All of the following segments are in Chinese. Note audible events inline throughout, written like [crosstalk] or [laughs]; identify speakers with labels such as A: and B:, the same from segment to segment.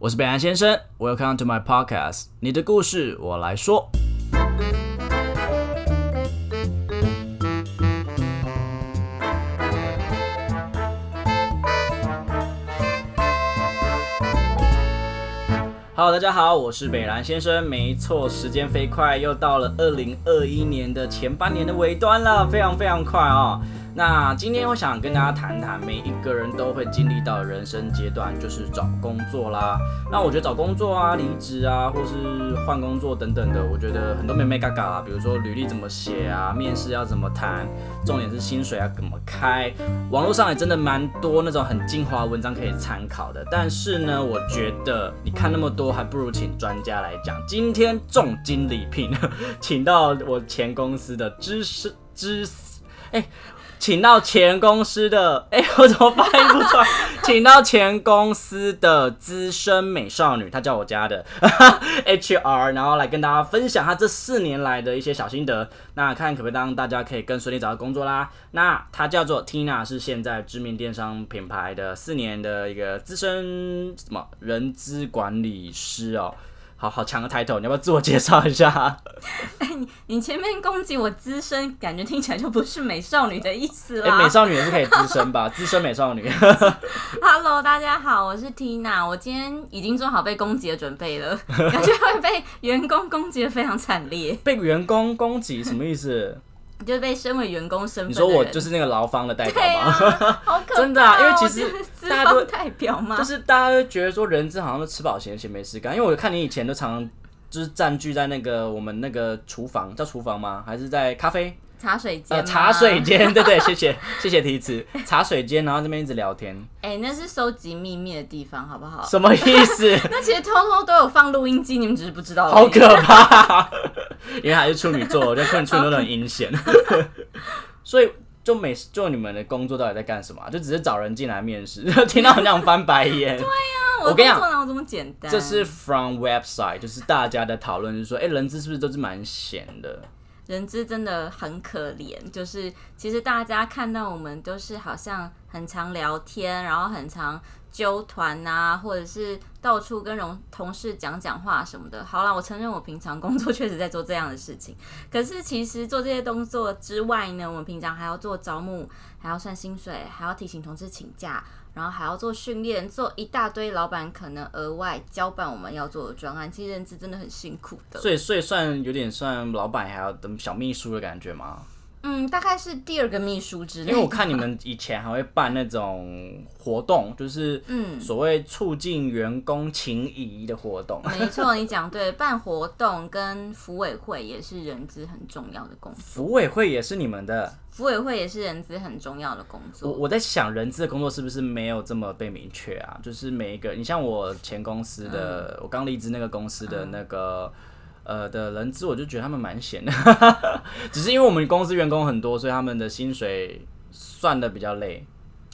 A: 我是北岸先生，Welcome to my podcast，你的故事我来说。Hello，大家好，我是北兰先生。没错，时间飞快，又到了二零二一年的前半年的尾端了，非常非常快哦。那今天我想跟大家谈谈，每一个人都会经历到的人生阶段，就是找工作啦。那我觉得找工作啊、离职啊，或是换工作等等的，我觉得很多妹妹嘎嘎啦，比如说履历怎么写啊，面试要怎么谈，重点是薪水要怎么开。网络上也真的蛮多那种很精华文章可以参考的，但是呢，我觉得你看那么多，还不如请专家来讲。今天重金礼聘， [laughs] 请到我前公司的知识知识，哎、请到前公司的，哎、我怎么发音不出来？
B: [laughs]
A: 请到前公司的资深美少女，她叫我家的 [laughs] HR，然后来跟大家分享她这四年来的一些小心得，那看可不可以让大家可以更顺利找到工作啦。那她叫做 Tina，是现在知名电商品牌的四年的一个资深什么人资管理师哦。好好强的 title，你要不要自我介绍一下？
B: [laughs] 哎你前面攻击我资深，感觉听起来就不是美少女的意思
A: 哎、
B: 啦。
A: 美少女也是可以资深吧？ [laughs] 资深美少女。
B: Hello，大家好，我是 Tina，我今天已经做好被攻击的准备
A: [laughs]
B: 了，感觉会被员工攻击的非常惨烈，
A: 被员工攻击什么意思？
B: 就是被身为员工身份
A: 你
B: 的人。
A: 说我就是那个劳方的代表
B: 对
A: 吗？
B: 啊，好可怕哦、
A: [laughs] 真的啊因为其实
B: 我就是资
A: 大家都
B: 方代表
A: [laughs]
B: 嘛，
A: 就是大家都觉得说人资好像都吃饱闲闲没事干，因为我看你以前都常常就是占据在那个我们那个厨房叫厨房吗？还是在咖啡
B: 茶水间、
A: 呃茶水。间？ [laughs] 对对，谢谢谢谢提词，茶水间，然后这边一直聊天，
B: 哎、那是收集秘密的地方，好
A: [laughs]
B: 不好？
A: 什么意思？
B: 那其实偷偷都有放录音机，你们只是不知道而已。
A: 好可怕！ [laughs] 因为还是处女座，我觉得处女座都很阴险， [laughs] 所以就每就你们的工作到底在干什么啊、就只是找人进来面试， [laughs] 听到很想翻白眼。
B: 啊
A: 我跟你讲
B: 工作哪有这么简单？
A: 这是 from website，就是大家的讨论，就是说，哎、人资是不是都是蛮闲的？
B: 人资真的很可怜，就是其实大家看到我们都是好像很常聊天，然后很常纠团啊，或者是到处跟同同事讲讲话什么的。好啦，我承认我平常工作确实在做这样的事情， [laughs] 可是其实做这些动作之外呢，我们平常还要做招募，还要算薪水，还要提醒同事请假。然后还要做训练，做一大堆老板可能额外交办我们要做的专案，其实人资真的很辛苦的。
A: 所以，所以算有点算老板还要等小秘书的感觉吗？
B: 嗯，大概是第二个秘书之类
A: 因为我看你们以前还会办那种活动，就是
B: 嗯
A: 所谓促进员工情谊的活动。
B: 没错，你讲对，办活动跟服委会也是人资很重要的工作，
A: 服委会也是你们的，
B: 服委会也是人资很重要的工
A: 我
B: 作。
A: 我在想人资的工作是不是没有这么被明确啊？就是每一个，你像我前公司
B: 嗯
A: 的，我刚离职那个公司的那个、呃的人资，我就觉得他们蛮闲的， [laughs] 只是因为我们公司员工很多，所以他们的薪水算的比较累。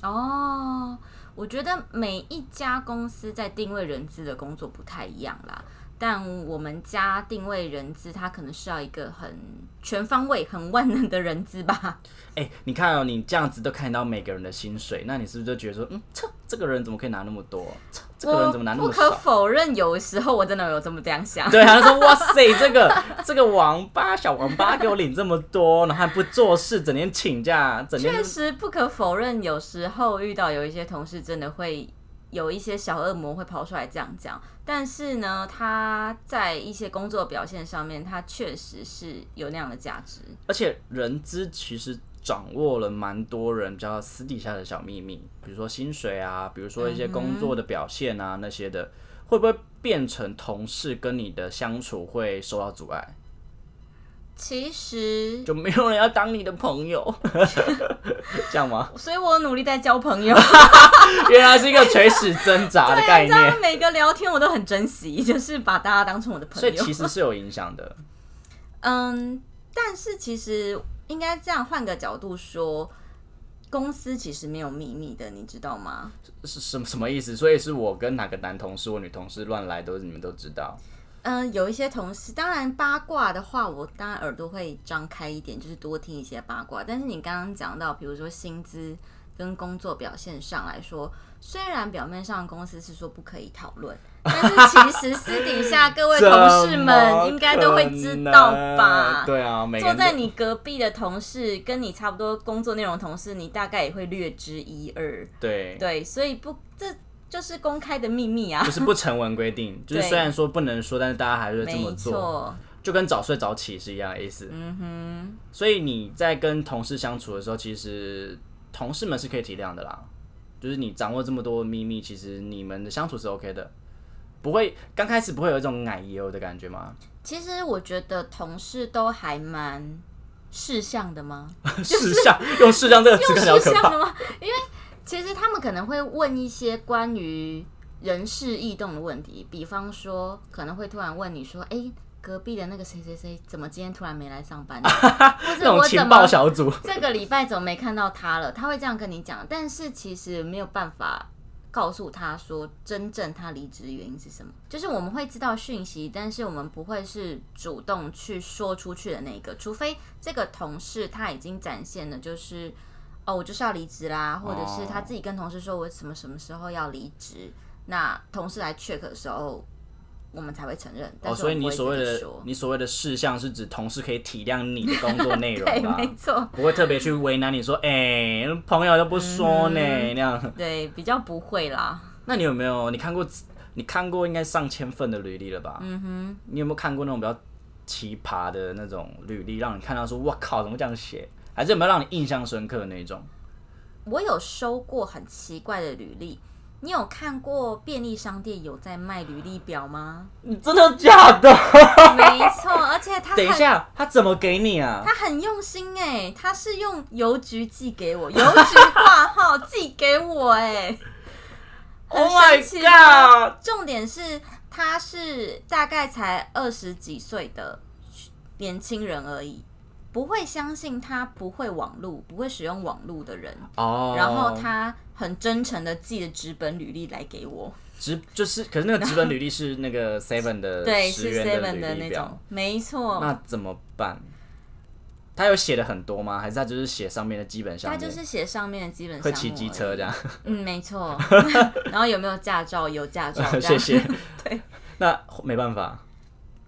B: 哦，我觉得每一家公司在定位人资的工作不太一样啦。但我们家定位人资，他可能是要一个很全方位、很万能的人资吧。
A: 哎、你看哦，你这样子都看得到每个人的薪水，那你是不是就觉得说，嗯，这这个人怎么可以拿那么多？这这个人怎么拿那
B: 我
A: 么
B: 不可
A: 少？ [laughs]
B: 否认，有时候我真的有这么这样想。
A: 对啊，他说哇塞，这个这个王八小王八给我领这么多，然后还不做事，整天请假，整天
B: 确实不可否认，有时候遇到有一些同事真的会有一些小恶魔会跑出来这样讲，但是呢，他在一些工作表现上面，他确实是有那样的价值。
A: 而且人资其实掌握了蛮多人比较私底下的小秘密，比如说薪水啊，比如说一些工作的表现啊、那些的，会不会变成同事跟你的相处会受到阻碍，
B: 其实，
A: 就没有人要当你的朋友， [laughs] 这样吗？
B: 所以我努力在交朋友， [laughs]
A: 原来是一个垂死挣扎的概
B: 啊这样
A: 念，
B: 每个聊天我都很珍惜，就是把大家当成我的朋
A: 所
B: 友。
A: 以其实是有影响的。
B: 嗯，但是其实应该这样换个角度说，公司其实没有秘密的，你知道吗？
A: 是什么什么意思？所以是我跟哪个男同事或女同事乱来，都是你们都知道。
B: 嗯，有一些同事，当然八卦的话，我当然耳朵会张开一点，就是多听一些八卦。但是你刚刚讲到，比如说薪资跟工作表现上来说，虽然表面上公司是说不可以讨
A: [laughs]
B: 论，但是其实私底下各位
A: 怎
B: 同事
A: 么
B: 们应该都会知道
A: 可能
B: 吧？
A: 对啊，每个
B: 坐
A: 人
B: 在
A: 都
B: 你隔壁的同事，跟你差不多工作内容的同事，你大概也会略知一二。
A: 对
B: 对，所以不，这就是公开的秘密啊
A: 就。是不成文规定，就是
B: 对
A: 虽然说不能说，但是大家还是会这么
B: 没
A: 做，
B: 错，
A: 就跟早睡早起是一样的意思。嗯哼，所以你在跟同事相处的时候，其实同事们是可以体谅的啦。就是你掌握这么多秘密，其实你们的相处是 OK 的，不会刚开始不会有一种奶油的感觉吗？ [laughs]
B: 其实我觉得同事都还蛮事项的吗？
A: 事项用事 [laughs] 项这个词
B: 用
A: 更好
B: 事
A: 可
B: 项
A: 怕。
B: 的吗？ [laughs] 因为其实他们可能会问一些关于人事异动的问题，比方说可能会突然问你说：“哎、隔壁的那个谁谁谁怎么今天突然没来上班？”啊
A: [laughs]
B: 或
A: 那
B: 者
A: 种
B: 我
A: 情
B: 怎
A: 报
B: 么
A: 小组，
B: [laughs] 这个礼拜怎么没看到他了？他会这样跟你讲，但是其实没有办法告诉他说真正他离职的原因是什么。就是我们会知道讯息，但是我们不会是主动去说出去的那一个，除非这个同事他已经展现了就是。哦，我就是要离职啦，或者是他自己跟同事说我什么什么时候要离职，那同事来 check 的时候，我们才会承认。但
A: 哦，
B: 是
A: 所以
B: 我们不
A: 你
B: 会
A: 所谓
B: 自己
A: 的
B: 说
A: 你所谓的事项是指同事可以体谅你的工作内容
B: [laughs] [laughs] 对，
A: 吧？
B: 没错，
A: 不会特别去为难你说，哎、朋友都不说呢、
B: 嗯
A: 那样。 [laughs]
B: 对，比较不会啦。
A: 那你有没有你看过你看过应该上千份的履历了吧？嗯哼。你有没有看过那种比较奇葩的那种履历，让你看到说，哇靠，怎么这样写？还是有没有让你印象深刻的那种？
B: 我有收过很奇怪的履历。你有看过便利商店有在卖履历
A: [laughs]
B: 表吗？
A: 你真的假的？
B: 没错，而且他
A: [laughs] 等一
B: 很
A: 下，他怎么给你啊？
B: 他很用心哎、他是用邮局寄给我，邮局挂号寄给我哎、很
A: Oh my
B: 神奇吧
A: god！
B: 重点是他是大概才二十几岁的年轻人而已，不会相信他不会网络、不会使用网络的人，
A: 哦，
B: 然后他很真诚的寄了纸本履历来给我。
A: 直就是，可是那个直本履历是那个 Seven 的
B: [laughs] 对，
A: 十
B: 是
A: 元
B: Seven
A: 履
B: 的
A: 历
B: 那
A: 表
B: 种，没错。
A: 那怎么办？他有写的很多吗？还是他就是写上面的基本项
B: 他
A: 目？
B: 就是写上面的基本
A: 会
B: 项目
A: 骑机车
B: 而已
A: 这样？，
B: 嗯，没错。然后有没有驾照？有驾照
A: [laughs]
B: 这
A: 谢
B: 样。 [laughs]
A: 谢。那没办法，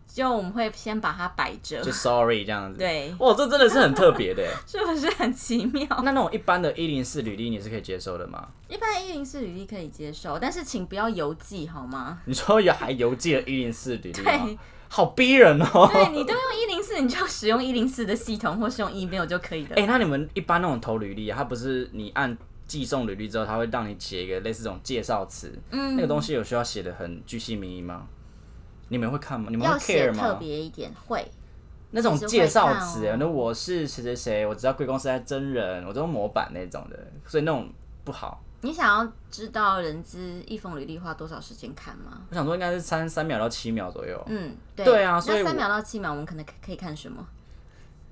B: 就我们会先把它摆着
A: 就，sorry 这样子。，
B: 对，
A: 哇，这真的是很特别
B: [laughs]
A: 的耶。
B: 是不是很奇
A: [laughs]
B: 妙？
A: 那那种一般的一零四履历你是可以接受的吗？
B: 一般一零四履历可以接受，但是请不要邮寄好吗？
A: 你说有还邮寄了一零四履历吗
B: 对？
A: 好逼人哦。 [laughs]
B: 对你都用一零四，你就使用一零四的系统，或是用 email 就可以了。
A: 哎、那你们一般那种投履历、啊，它不是你按寄送履历之后，它会让你写一个类似这种介绍词，
B: 嗯
A: 那个东西有需要写的很具细明义吗？你们会看吗？你们会
B: 要写
A: care
B: 特
A: 吗？
B: 别一点，会
A: 那种
B: 其实会
A: 介绍
B: 看
A: 词、
B: 哦
A: 那我是谁谁谁，我知道贵公司在真人，我都模板那种的，所以那种不好。
B: 你想要知道人资一封履历花多少时间看吗？
A: 我想说应该是三三秒到七秒左右，
B: 嗯，对
A: 哦对啊所以
B: 那
A: 我
B: 三秒到七秒，我们可能可以看什么？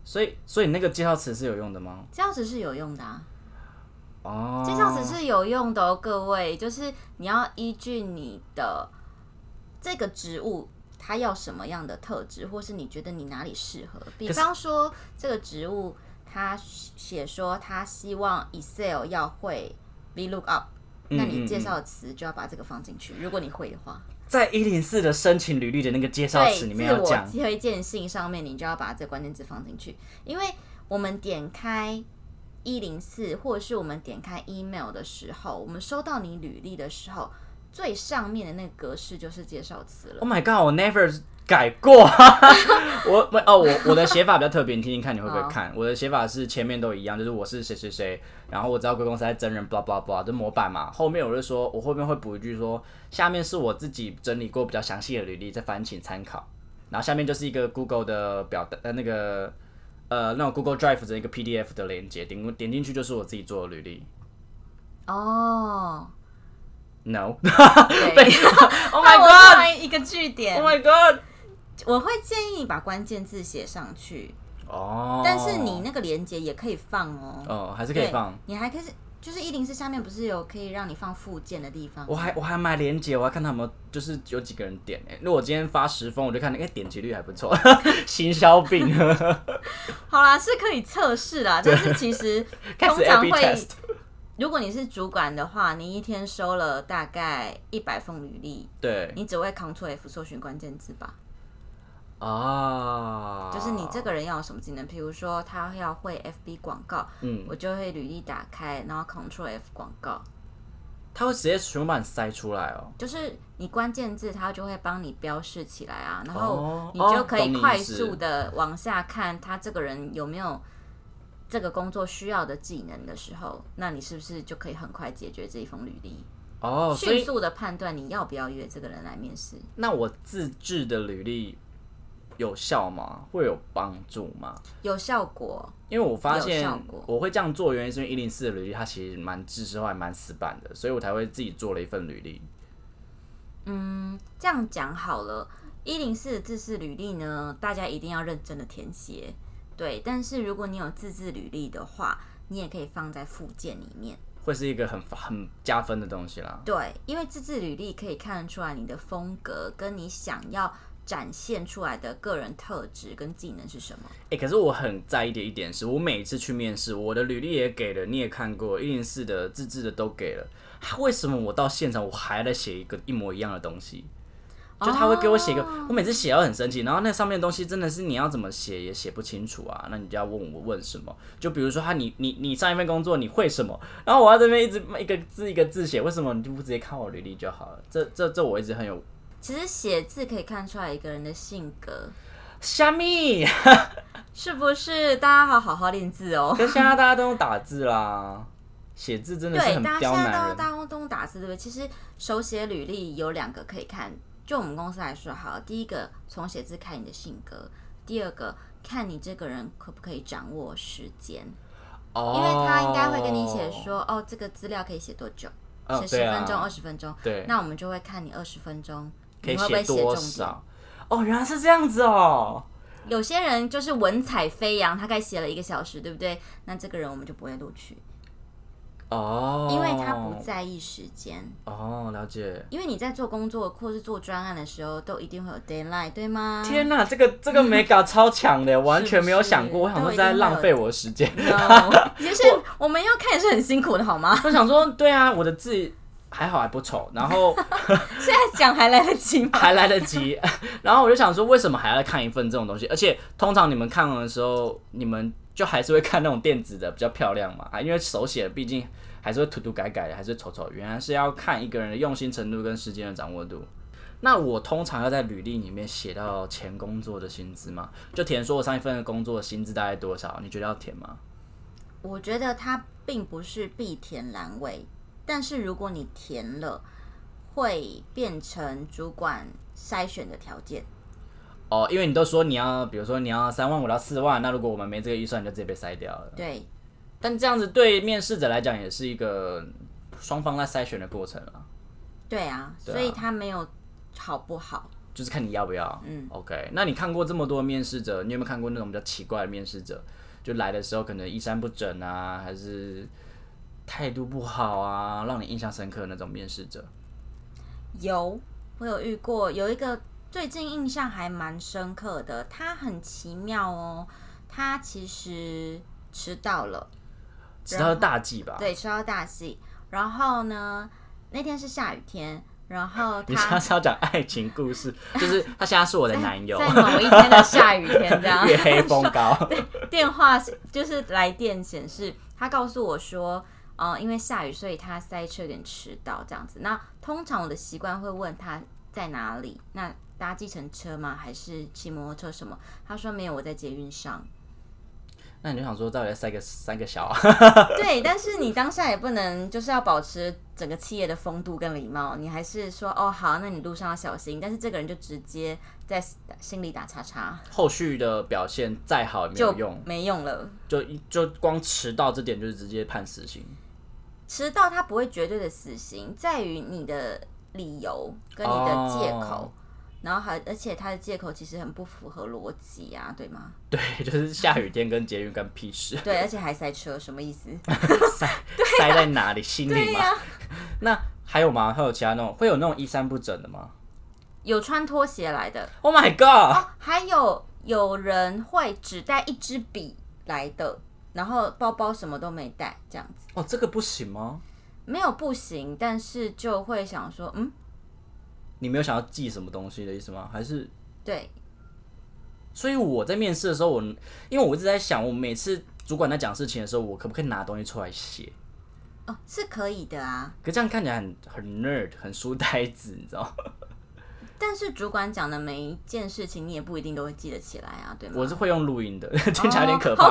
A: 所以所以那个介绍词是有用的吗？
B: 介绍词是有用的啊，
A: 哦，
B: 介绍词是有用的哦，各位，就是你要依据你的这个职务。它要什么样的特质，或是你觉得你哪里适合？比方说，这个职务他写说他希望 Excel 要会 VLOOKUP，、
A: 嗯
B: 那
A: 嗯
B: 你
A: 嗯
B: 介绍的词就要把这个放进去。如果你会的话，
A: 在一零四的申请履历的那个介绍
B: 对，
A: 词里面
B: 自
A: 要
B: 我
A: 讲，
B: 推荐信上面，你就要把这关键字放进去，因为我们点开一零四，或者是我们点开 email 的时候，我们收到你履历的时候，最上面的那个格式就是介绍词了。
A: Oh my god！我 never 改
B: [laughs]
A: 过，我没哦，我我的写法比较特别，你听听看你会不会看？我的写法是前面都一样，就是我是谁谁谁，然后我知道贵公司在真人，blah blah blah，这模板嘛。后面我就说，我后面会补一句说，下面是我自己整理过比较详细的履历，再烦请参考。然后下面就是一个 Google 的表单，呃，那个呃那种 Google Drive 的一个 PDF 的连接，点点进去就是我自己做的履历。
B: 哦， [laughs]
A: No，Oh [laughs]
B: 对哦
A: ，Oh my
B: 那
A: [laughs]
B: 我
A: god！Oh
B: 画一个句点，
A: Oh my god！
B: 我会建议你把关键字写上去，
A: 哦，
B: 但是你那个连接也可以放哦，
A: 哦还是可
B: 对，
A: 以放。
B: 你还可以是就是一零四下面不是有可以让你放附件的地方吗？
A: 我还我还买链接，我还看他有没有就是有几个人点哎、如果我今天发十封，我就看那个点击率还不错， [laughs] 行销
B: [laughs]
A: 病
B: 好啦，是可以测试啦，但是其实
A: [laughs] 开
B: 通
A: 始
B: 常
A: A/B
B: 会
A: test。
B: 如果你是主管的话，你一天收了大概一百封履历，
A: 对
B: 你只会 Ctrl F 搜寻关键字吧？
A: 啊，
B: 就是你这个人要有什么技能？比如说他要会 FB 广告，
A: 嗯，
B: 我就会履历打开，然后 Ctrl F 广告，
A: 他会直接全部把你塞出来哦。
B: 就是你关键字它就会帮你标示起来啊，然
A: 哦
B: 后你
A: 哦
B: 就可
A: 懂
B: 以
A: 你意
B: 快
A: 思
B: 速的往下看他这个人有没有。这个工作需要的技能的时候，那你是不是就可以很快解决这一封履历？
A: 哦，所
B: 迅
A: 以
B: 速的判断你要不要约这个人来面试。
A: 那我自制的履历有效吗？会有帮助吗？
B: 有效果，
A: 因为我发
B: 有
A: 现
B: 效果
A: 我会这样做，原因是因为一零四的履历它其实蛮知识化、蛮死板的，所以我才会自己做了一份履历。
B: 这样讲好了。一零四的自制履历呢，大家一定要认真的填写。对，但是如果你有自制履历的话，你也可以放在附件里面。
A: 会是一个很很加分的东西啦。
B: 对，因为自制履历可以看得出来你的风格跟你想要展现出来的个人特质跟技能是什么。
A: 哎、可是我很在意的一点是，我每次去面试，我的履历也给了，你也看过，一零四的、自制的都给了，啊为什么我到现场我还在写一个一模一样的东西？就他会给我写一个，我每次写到很生气，然后那上面的东西真的是你要怎么写也写不清楚啊，那你就要问我问什么？就比如说他你你你上一份工作你会什么，然后我要这边一直一个字一个字写，为什么你就不直接看我履历就好了？这这这我一直很有
B: 其实写字可以看出来一个人的性格，
A: 虾米，
B: 是不是？大家好好好练字哦。
A: [laughs] 可是现在大家都用打字啦，写字真的是
B: 对，
A: 很
B: 大家
A: 刁
B: 现在
A: 难
B: 都
A: 人。
B: 大家都用打字，对不对？其实手写履历有两个可以看，就我们公司来说，好了，第一个从写字看你的性格，第二个看你这个人可不可以掌握时间，
A: 哦
B: 因为他应该会跟你写，说，哦，这个资料可以写多久，
A: 嗯
B: 写十
A: 对啊
B: 分钟、二十、分钟，
A: 对，
B: 那我们就会看你二十分钟
A: 可
B: 你
A: 以
B: 会不会
A: 写
B: 写
A: 多
B: 重点。
A: 少？哦，原来是这样子哦。
B: 有些人就是文采飞扬，他概写了一个小时，对不对？那这个人我们就不会录取，
A: 哦，
B: 因为他不在意时间。
A: 哦，了解。
B: 因为你在做工作或是做专案的时候，都一定会有 deadline，对吗？
A: 天呐，这个这个美
B: [laughs]
A: 感超强的，完全没有想过，我
B: 嗯是
A: 想说在浪费我的时间。 [laughs]
B: ，no，其实我们要看也是很辛苦的，好吗？
A: 我想说，对啊，我的字还好还不丑，然后
B: 现在讲还来得及吗？
A: [laughs] 还来得及，然后我就想说，为什么还要看一份这种东西？而且通常你们看完的时候，你们就还是会看那种电子的比较漂亮嘛，啊，因为手写的毕竟还是会涂涂改改的，还是丑丑。原来是要看一个人的用心程度跟时间的掌握度。那我通常要在履历里面写到前工作的薪资吗？就填说我上一份工作的薪资大概多少？你觉得要填吗？
B: 我觉得它并不是必填栏位，但是如果你填了，会变成主管筛选的条件。
A: 哦，因为你都说你要，比如说你要三万五到四万，那如果我们没这个预算，你就直接被筛掉了。
B: 对，
A: 但这样子对面试者来讲也是一个双方在筛选的过程啊，
B: 对啊，
A: 对啊
B: 所以它没有好不好。
A: 就是看你要不要。
B: 嗯
A: ，OK。那你看过这么多面试者，你有没有看过那种比较奇怪的面试者？就来的时候可能衣衫不整啊，还是态度不好啊，让你印象深刻的那种面试者？
B: 有，我有遇过，有一个最近印象还蛮深刻的，他很奇妙哦，他其实迟到了，
A: 直到大忌吧。
B: 对，迟到大戏。然后呢，那天是下雨天，然后
A: [laughs] 你下
B: 他
A: 次要讲爱情故事，就是嗯他现在是我啊的男友，
B: 在某一天的下雨天
A: [laughs]
B: 这样，
A: 月黑风高。 [laughs]
B: 电话就是来电显示，他告诉我说，呃，因为下雨，所以他塞车有点迟到这样子。那通常我的习惯会问他在哪里，那搭计程车吗？还是骑摩托车什么？他说没有，我在捷
A: [laughs]
B: 运上。
A: 那你就想说，到底要塞个三个小啊？
B: 对，但是你当下也不能就是要保持整个企业的风度跟礼貌，你还是说哦好，那你路上要小心。但是这个人就直接在心里打叉叉，
A: 后续的表现再好哦也没有用，
B: 没用了。
A: 就就光迟到这点就是直接判死刑。
B: 迟到他不会绝对的死刑，在于你的理由跟你的借口，
A: 哦
B: 然后还而且他的借口其实很不符合逻辑啊，对吗？ [laughs]
A: 对， [laughs] 就是下雨天跟捷运跟屁事，
B: 对，而且还塞车，什么意思？
A: 塞、塞在哪里？心里嘛。那还有吗？还有其他那种会有那种衣衫不整的吗
B: 有穿拖鞋来的，哦
A: ？Oh my god！
B: 还有有人会只带一支笔来的，然后包包什么都没带，这样子
A: 哦，这个不行吗？
B: 没有不行，但是就会想说，嗯，
A: 你没有想要记什么东西的意思吗？还是
B: 对，
A: 所以我在面试的时候，我因为我一直在想，我每次主管在讲事情的时候，我可不可以拿东西出来写？
B: 哦，是可以的啊。
A: 可这样看起来很很 nerd，很书呆子，你知道？
B: 但是主管讲的每一件事情，你也不一定都会记得起来啊，对吗？
A: 我是会用录音的， [laughs] 听起来有点可
B: 哦
A: 怕。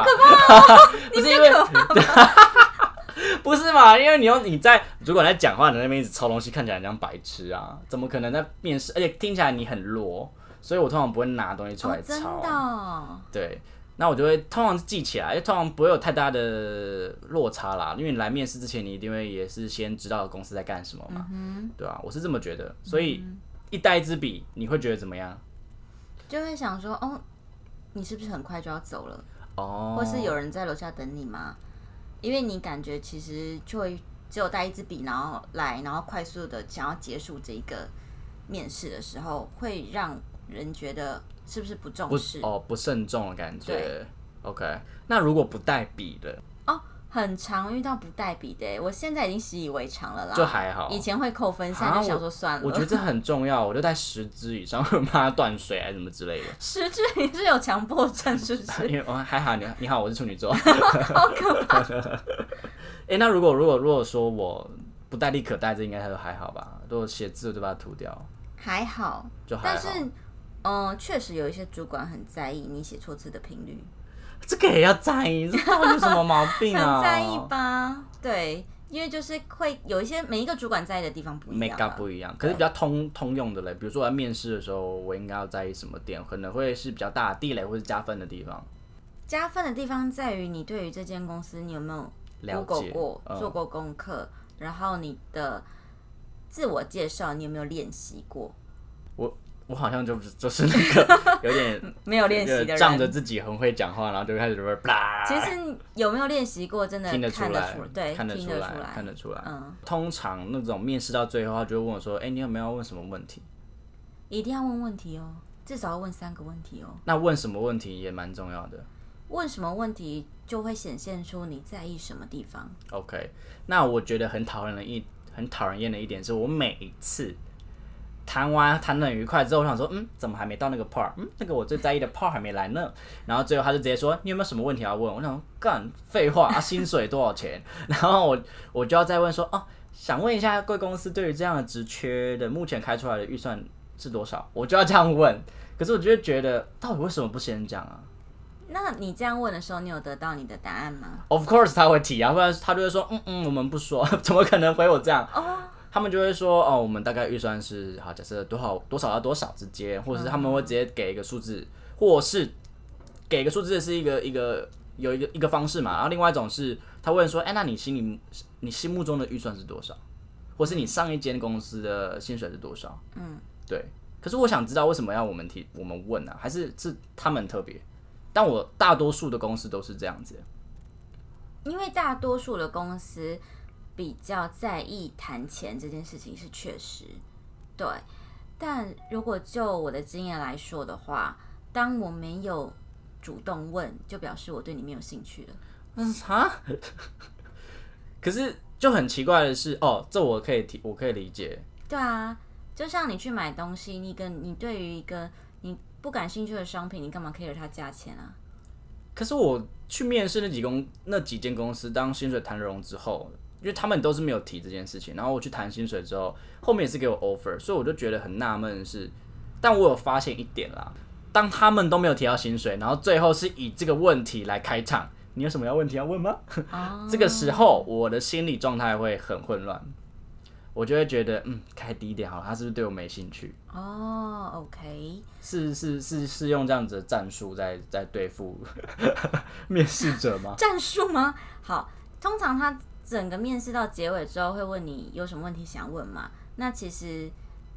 B: 好可
A: [laughs] 不是因为 [laughs] 不是嘛？因为你用你在主管在讲话，你在那边一直抄东西，看起来很像白痴啊！怎么可能在面试？而且听起来你很弱，所以我通常不会拿东西出来
B: 哦、真
A: 抄。
B: 的哦、
A: 对，那我就会通常记起来，因为通常不会有太大的落差啦。因为你来面试之前，你一定会也是先知道公司在干什么嘛，
B: 嗯
A: 对啊，我是这么觉得。所以一带一支笔，你会觉得怎么样？
B: 就会想说，哦，你是不是很快就要走了，
A: 哦，
B: 或是有人在楼下等你吗？因为你感觉其实就会只有带一支笔，然后来，然后快速的想要结束这一个面试的时候，会让人觉得是不是不重
A: 不
B: 视？
A: 哦不慎重的感觉
B: 对。
A: OK，那如果不带笔的，
B: 哦，很常遇到不带笔的耶，我现在已经习以为常了啦。
A: 就还好
B: 以前会扣分，现在
A: 啊
B: 就想说算了。
A: 我觉得这很重要，我就带十支以上， [laughs] 会怕它断水还是什么之类的。
B: 实质你是有强迫症，是不
A: [laughs]
B: 是？
A: 因为哦还好你你好，我是处女座。
B: [laughs] 好可怕！
A: [laughs] 哎、那如果如果如果说我不带立可带，这应该还还好吧？如果写字我就把它涂掉，
B: 还好，
A: 就还
B: 但
A: 好
B: 是。嗯，确实有一些主管很在意你写错字的频率，
A: 这个也要在意，这到底有什么毛病啊？
B: 很在意吧？对，因为就是会有一些每一个主管在意的地方不一样
A: make
B: 啊
A: up。不一样，可是比较通通用的嘞。比如说我在面试的时候，我应该要在意什么点，可能会是比较大的地雷或是加分的地方。
B: 加分的地方在于你对于这间公司你有没有
A: 了
B: Google
A: 解
B: 过、
A: 嗯
B: 做过功课，然后你的自我介绍你有没有练习过？
A: 我好像就就是那个 [laughs] 有点
B: 没有练习的
A: 嗯仗着
B: 人，
A: 自己很会讲话，然后就开始就是啪，
B: 其实有没有练习过，真的
A: 听得
B: 看得
A: 来
B: 出，对，，
A: 看
B: 听
A: 得
B: 得
A: 出来，看得出来。
B: 嗯，
A: 通常那种面试到最后，他就会问我说：“哎、你有没有要问什么问题？”
B: 一定要问问题哦，至少要问三个问题哦。
A: 那问什么问题也蛮重要的。
B: 问什么问题就会显现出你在意什么地方。
A: OK，那我觉得很讨人的一很讨人厌的一点是我每一次谈完谈的很愉快之后，我想说，嗯，怎么还没到那个 part？嗯，那个我最在意的 part 还没来呢。然后最后他就直接说，你有没有什么问题要问？我想说干废话、啊，薪水多少钱？ [laughs] 然后我我就要再问说，哦，想问一下贵公司对于这样的职缺的目前开出来的预算是多少？我就要这样问。可是我就会觉得，到底为什么不先讲啊？
B: 那你这样问的时候，你有得到你的答案吗？
A: Of course，他会提啊，不然他就会说，嗯嗯，我们不说， [laughs] 怎么可能回我这样？他们就会说，哦，我们大概预算是好，假设多少多少到多少之间，或者是他们会直接给一个数字，或是给一个数字是一个一个有一个一个方式嘛。然后另外一种是他问说，哎、那你心里你心目中的预算是多少，或是你上一间公司的薪水是多少？嗯，对。可是我想知道为什么要我们提我们问啊？还是是他们特别？但我大多数的公司都是这样子。
B: 因为大多数的公司比较在意谈钱这件事情是确实对，但如果就我的经验来说的话，当我没有主动问，就表示我对你没有兴趣了。
A: 嗯哈， [laughs] 可是就很奇怪的是，哦，这我可以提，我可以理解。
B: 对啊，就像你去买东西，你跟你对于一个你不感兴趣的商品，你干嘛 care 它价钱啊？
A: 可是我去面试那几公那几间公司当薪水谈融之后，因为他们都是没有提这件事情，然后我去谈薪水之后，后面也是给我 offer，所以我就觉得很纳闷的是，但我有发现一点啦，当他们都没有提到薪水，然后最后是以这个问题来开场，你有什么要问题要问吗？
B: 哦
A: 这个时候我的心理状态会很混乱，我就会觉得嗯，开低一点好了，他是不是对我没兴趣？
B: 哦，OK，
A: 是是是是用这样子的战术在在对付
C: [laughs]
A: 面试者
B: [laughs]
A: 吗？
B: 战术吗？好，通常他整个面试到结尾之后会问你有什么问题想问嘛？那其实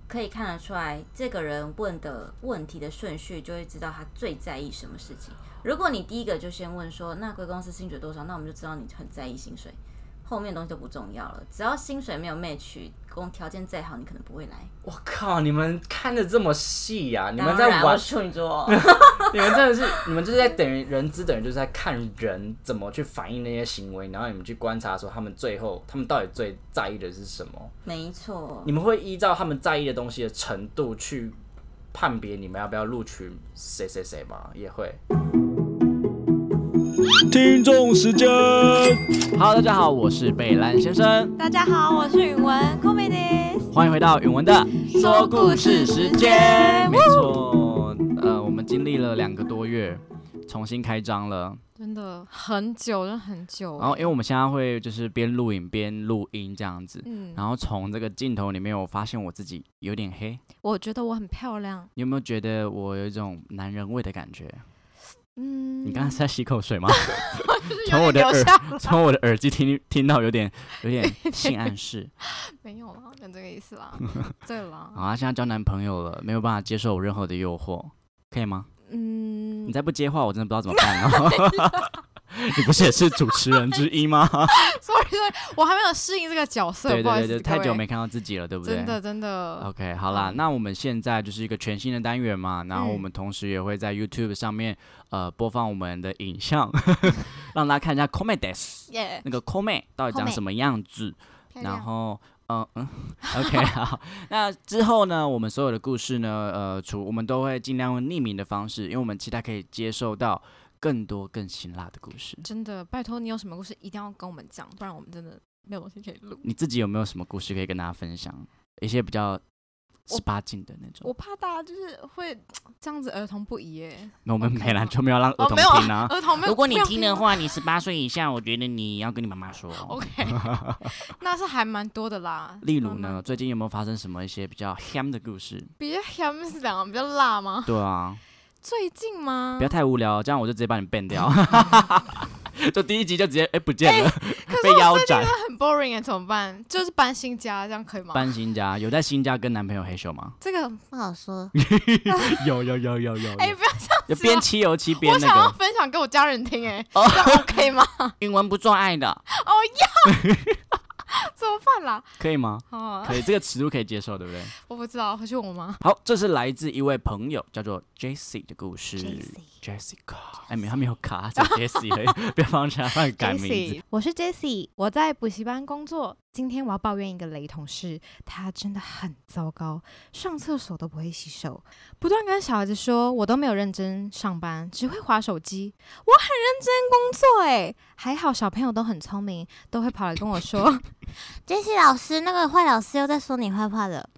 B: 可以看得出来，这个人问的问题的顺序，就会知道他最在意什么事情。如果你第一个就先问说，那贵公司薪水多少？那我们就知道你很在意薪水。后面的东西就不重要了，只要薪水没有 match，工条件再好，你可能不会来。
C: 我靠，你们看的这么细呀、啊你们
B: 当
C: 在
B: 然我
C: 玩，
B: 处女
C: [laughs]
B: 座，
C: 你们真的是，你们就是在等于人资，等于就是在看人怎么去反应那些行为，然后你们去观察说他们最后他们到底最在意的是什么。
B: 没错，
C: 你们会依照他们在意的东西的程度去判别你们要不要录取谁谁谁吗？也会。
A: 听众时间。Hello，大家好，我是贝兰先生，
D: 大家好，我是宇文 c o m i n s
A: 欢迎回到允文的
D: 说故事时间
A: 没错，呃，我们经历了两个多月，重新开张了。
D: 真的很久，真的很久。
A: 然后，因为我们现在会就是边录影边录音这样子，
D: 嗯，
A: 然后从这个镜头里面，我发现我自己有点黑。
D: 我觉得我很漂亮。
A: 你有没有觉得我有一种男人味的感觉？
D: 嗯，
A: 你刚刚是在吸口
D: [laughs]
A: 水吗？
D: 是
A: 从我的
D: 有点
A: 耳
D: 留下
A: [laughs]
D: 来
A: 从我的耳机听听到有点有
D: [laughs]
A: 点性暗示。
D: 没有啦，没有这个意
A: [laughs]
D: 思啦。对啦，
A: 啊，现在交男朋友了，没有办法接受我任何的诱惑，可以吗？
D: 嗯
A: 你，再不接话，我真的不知道怎么办了。 [laughs] 你不是也是主持人之一吗？
D: sorry sorry，我还没有适应这个角色，
A: 对
D: 不好
A: 对
D: 意
A: 对对，
D: 思，
A: 太
D: 各位
A: 久没看到自己了，对不对？
D: 真的真的，
A: OK，好啦，
D: 嗯
A: 那我们现在就是一个全新的单元嘛，然后我们同时也会在 YouTube 上面呃播放我们的影像， [laughs] 让大家看一下 c o m e d e s
D: 耶，
A: 那个 c o m e 到底长
D: Kome
A: 什么样子。
D: 漂
A: 然
D: 亮。
A: 后，嗯嗯，OK，好。 [laughs] 那之后呢，我们所有的故事呢，呃，除我们都会尽量用匿名的方式，因为我们期待可以接受到更多更辛辣的故事。
D: 真的，拜托你有什么故事一定要跟我们讲，不然我们真的没有东西可以录。
A: 你自己有没有什么故事可以跟大家分享？一些比较
D: 我
A: 十八禁的那
D: 我
A: 种？
D: 怕大家就是会这样子儿童不宜耶。
A: 那我们
D: 我看
A: 美兰
D: 到
A: 就没有让儿
D: 哦
A: 童
D: 没有
A: 听
D: [laughs]
A: 啊。
D: 儿童没有，
A: 如果你
D: 不要
A: 听的话，你十八岁以下，我觉得你要跟你妈妈说。哦 [laughs]
D: [laughs]，OK，那是还蛮多的啦。
A: 例如
D: 慢慢
A: 呢，最近有没有发生什么一些比较 ham 的故事？
D: 比较 [laughs] ham 是怎样？比较辣吗？
A: 对啊，
D: 最近吗
A: 不？要太无聊，这样我就直接把你 ban
D: [laughs]
A: 掉。就第一集就直接哎、不见了，
D: 可是
A: 被腰斩。
D: 很 boring 哎，怎么办？就是搬新家，这样可以吗？？
A: 搬新家，有在新家跟男朋友黑手吗
D: 这个不好说。
A: 有有有有有
D: 哎、不要这样
A: 有
D: 子
A: 边
D: 嘛
A: 漆油漆边
D: 我
A: 那
D: 想要
A: 个。
D: 分享给我家人听哎、
A: 哦 [laughs]
D: 这样 OK 吗？ [laughs]
A: 云文不做爱的，
D: 哦要怎么办啦？
A: 可以吗？
D: 哦，
A: 可以，这个尺度可以接受，对不对？
D: 我不知道，回去问我妈。
A: 好，这是来自一位朋友叫做 Jesse 的故事。Jessica，哎，没有，他没有卡，只有 Jesse 而已，不 [laughs] 要帮他乱改名字。
D: Jessie，我是 Jessie，我在补习班工作。今天我要抱怨一个雷同事，他真的很糟糕，上厕所都不会洗手，不断跟小孩子说我都没有认真上班，只会划手机。我很认真工作诶，还好小朋友都很聪明，都会跑来跟我说。 [laughs]
E: 杰西老师，那个坏老师又在说你坏话了。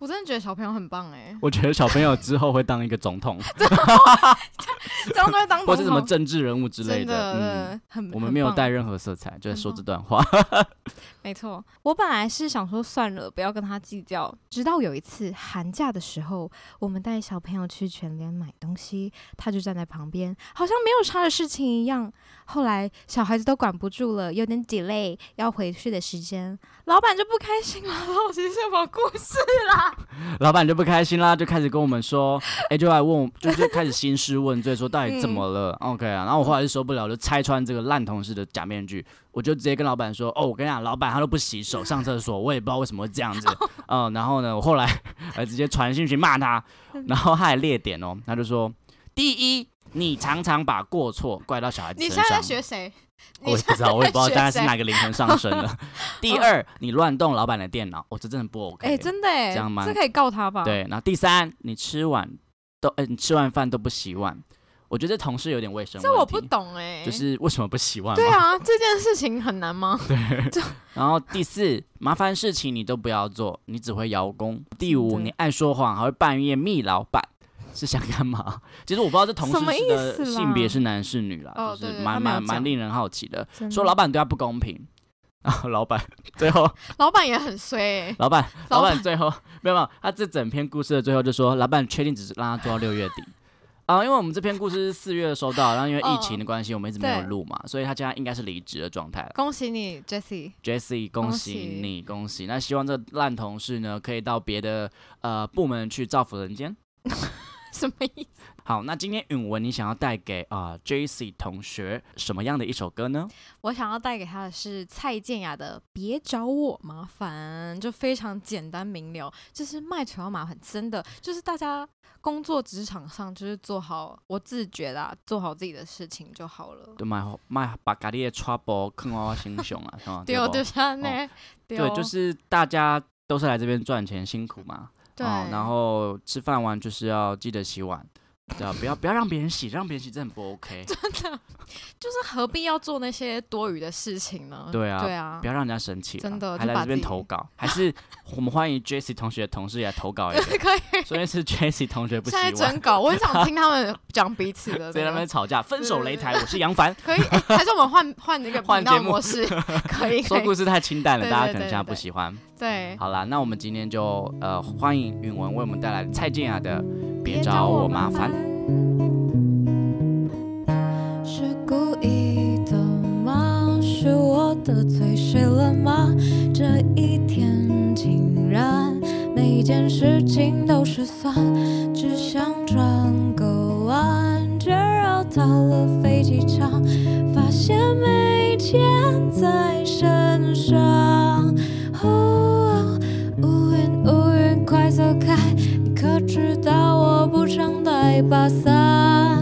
D: 我真的觉得小朋友很棒欸诶，
A: 我觉得小朋友之后会当一个总统，
D: [laughs] 这样都会当
A: 或是什么政治人物之类
D: 真
A: 的。嗯，
D: 的很
A: 我们没有带
D: 带。
A: 任何色彩，就是说
D: 很棒
A: 这段话。
D: 没错，我本来是想说算了，不要跟他计较。直到有一次寒假的时候，我们带小朋友去全联买东西，他就站在旁边，好像没有啥的事情一样。后来小孩子都管不住了，有点 delay 要回去的时间，老板就不开心了。到底
A: [laughs]
D: 什么故事？
A: 老板就不开心啦，就开始跟我们
D: [laughs]
A: 说，哎、就来问我，就是开始兴师问罪，说到底怎么了、o
D: 嗯
A: k 啊，然后我后来就受不了，就拆穿这个烂同事的假面具，我就直接跟老板说，哦，我跟你讲，老板他都不洗手上厕所，我也不知道为什么会这样
D: [laughs]
A: 子，嗯、然后呢，我后来 [laughs] 还直接传讯息骂他，
D: 嗯
A: 然后他还列点哦，他就说，第一，你常常把过错怪到小孩子身上，
D: 谁？
A: 我也不知道，我也不知道
D: 学
A: 大家是
D: 谁
A: 哪个灵魂上身
D: [laughs]
A: 了。第二，你乱动老板的电脑，哦，这真的不 OK。
D: 哎、真的哎、
A: 这样蛮
D: 这可以告他吧？
A: 对，然后第三，你吃完都，哎、你吃完饭都不洗碗，我觉得这同事有点卫生
D: 这
A: 问
D: 我不
A: 题
D: 懂哎、
A: 就是为什么不洗碗
D: 对
A: 嘛？
D: 啊，这件事情很
A: [laughs]
D: 难吗？
A: 然后第四，麻烦事情你都不要做，你只会邀功。第五，
D: 真的
A: 你爱说谎，还会半夜密老板，是想干嘛？其实我不知道这同
D: 什么
A: 事
D: 意
A: 的
D: 思啦
A: 性别是男是女啦，
D: 哦
A: 就
D: 对
A: 是
D: 对
A: 蛮
D: 他没有
A: 蛮蛮
D: 讲嗯
A: 令人好奇的。
D: 真的
A: 说老板对他不公平，然后老板最后
D: 老板也很衰哎、
A: 老板，
D: [laughs] 老
A: 老
D: 板
A: 板最后 [laughs] 没有没有，他这整篇故事的最后就说，老板确定只是让他做到六月底。 [laughs] 啊，因为我们这篇故事是四月收到，然后因为疫情的关系，我们一直没有
D: 对
A: 录嘛，所以他现在应该是离职的状态了。
D: 恭喜你，Jesse。
A: Jesse，恭
D: 恭
A: 喜
D: 喜
A: 你，恭喜！那希望这烂同事呢，可以到别的呃部门去造福人间。
D: [laughs] 什么意思？
F: 好，那今天允文你想要带给啊、J
A: 呃
F: C 同学什么样的一首歌呢？
D: 我想要带给他的是蔡健雅的《别找我麻烦》，就非常简单明了，就是卖主要麻烦，真的就是大家工作职场上就是做好我自觉啦，做好自己的事情就好了。
F: 就卖卖把家里的 trouble 坑娃娃心胸啊，是吗？
D: 对
F: 不
D: 哦，就是他那，对哦
F: 对，就是大家都是来这边赚钱，辛苦嘛。
D: 对，
F: 哦，然后吃饭完就是要记得洗碗，对啊，不要不要让别人洗，让别人洗真的很不
D: [laughs]
F: OK。
D: 就是何必要做那些多余的事情呢？
F: 对啊
D: 对啊
F: 不，要让人家生气啦，
D: 真的
F: 还
D: 就
F: 来
D: 把
F: 这边
D: 自己
F: 投稿，还是我们欢迎 Jesse 同学的同事也来投稿一个，
D: [laughs] 可以。
F: 所以是 Jesse 同学不
D: 现
F: 洗
D: 在
F: 碗
D: 征，稿，我很想听他们讲彼此
F: [laughs]
D: 的、
F: 在
D: 那
F: 那
D: 个
F: 边吵架，分手擂台，
D: 对对
F: 我是杨
D: [laughs]
F: 凡。
D: 可以，欸还是我们换换一个
F: 换
D: 频道
F: 节目
D: 模式？可以，
F: 说
D: 可
F: 故
D: 以，
F: 事太清淡了，
D: 对
F: 大家
D: 对
F: 可能
D: 对
F: 现在
D: 对
F: 不喜欢。
D: 对，
F: 好啦，那我们今天就呃欢迎允文为我们带来蔡健雅的《别找我麻烦》。。
G: 是故意的吗？是我的嘴碎了吗？这一天竟然每件事情都失算，只想转个弯，却绕到了飞机场，发现没钱在身上。哦，乌云乌云快走开！你可知道我不常带把伞。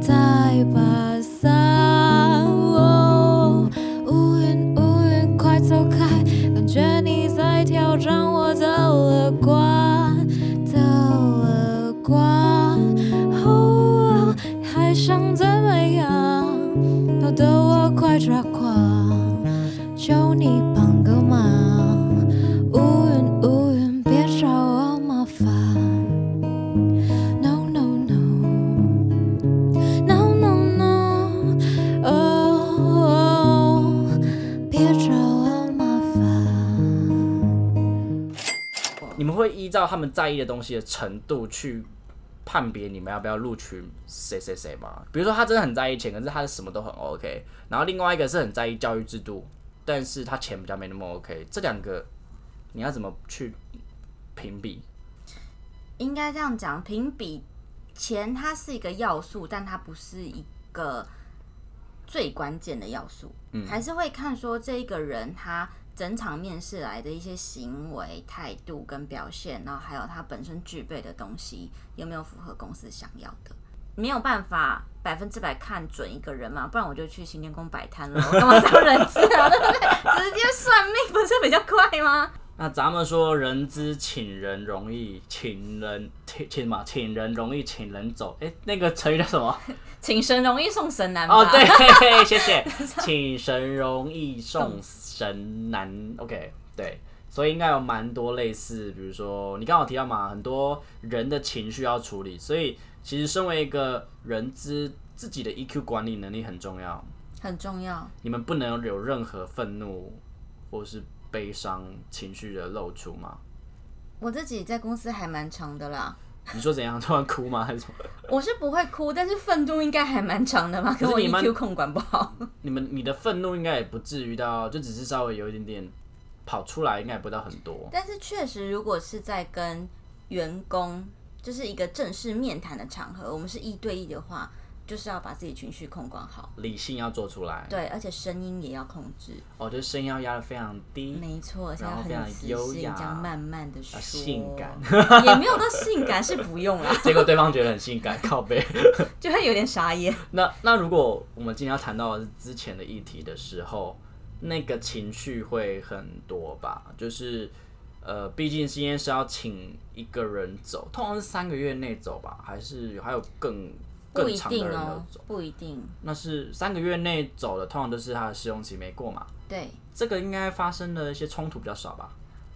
G: 在把伞。哦，乌云乌云快走开，感觉你在挑战我的乐观的乐观。哦，你还想怎么样？搞得我快抓狂，求你帮个忙。乌云乌云，别找我麻烦。No no no。No no no，哦，别找我麻烦。
A: 你们会依照他们在意的东西的程度去判别你们要不要录取谁谁谁吗？比如说他真的很在意钱，可是他什么都很 OK，然后另外一个是很在意教育制度，但是他钱比较没那么 OK，这两个你要怎么去评比？
B: 应该这样讲，评比钱它是一个要素，但它不是一个最关键的要素。嗯，还是会看说这一个人他整场面试来的一些行为、态度跟表现，然后还有他本身具备的东西有没有符合公司想要的。没有办法百分之百看准一个人嘛，不然我就去行天宫摆摊了，我干嘛当人质啊？对不对？直接算命不是比较快吗？
A: 那咱们说人之请人容易，请人请请嘛，请人容易请人走。哎、那个成语叫什么？
B: 请神容易送神难吧？
A: 哦，对，谢谢。请神容易送神难，OK，对，所以应该有蛮多类似，比如说你刚好提到嘛，很多人的情绪要处理，所以其实身为一个人之自己的 EQ 管理能力很重要，
B: 很重要。
A: 你们不能有任何愤怒或是悲伤情绪的露出嘛。
B: 我自己在公司还蛮长的啦，
A: 你说怎样？突然哭吗？还是什么？
B: 我是不会哭，但是愤怒应该还蛮长的嘛，
A: 可
B: 可
A: 是
B: 我
A: 你蛮
B: EQ 控管不好。
A: 你们你的愤怒应该也不至于到，就只是稍微有一点点跑出来，应该也不到很多。
B: 但是确实，如果是在跟员工，就是一个正式面谈的场合，我们是一对一的话，就是要把自己情绪控管好。
A: 理性要做出来，
B: 对，而且声音也要控制。
A: 哦，就是声音要压得非常低，
B: 没错，而且
A: 嗯然
B: 要
A: 后
B: 很
A: 非常
B: 磁
A: 优
B: 性，
A: 雅
B: 这样慢慢的说。
A: 啊性感， [laughs]
B: 也没有到性感是不用啦，
A: 结果对方觉得很性感， [laughs] 靠背。
B: 就会有点傻眼。
A: 那那如果我们今天要谈到的是之前的议题的时候，那个情绪会很多吧？就是呃，毕竟今天是要请一个人走，通常是三个月内走吧，还是还有更
B: 不
A: 更
B: 一
A: 长的
B: 定
A: 人要
B: 哦
A: 走？，
B: 不一定。
A: 那是三个月内走的，通常都是他的试用期没过嘛。
B: 对
A: 这个应该发生的一些冲突比较少吧？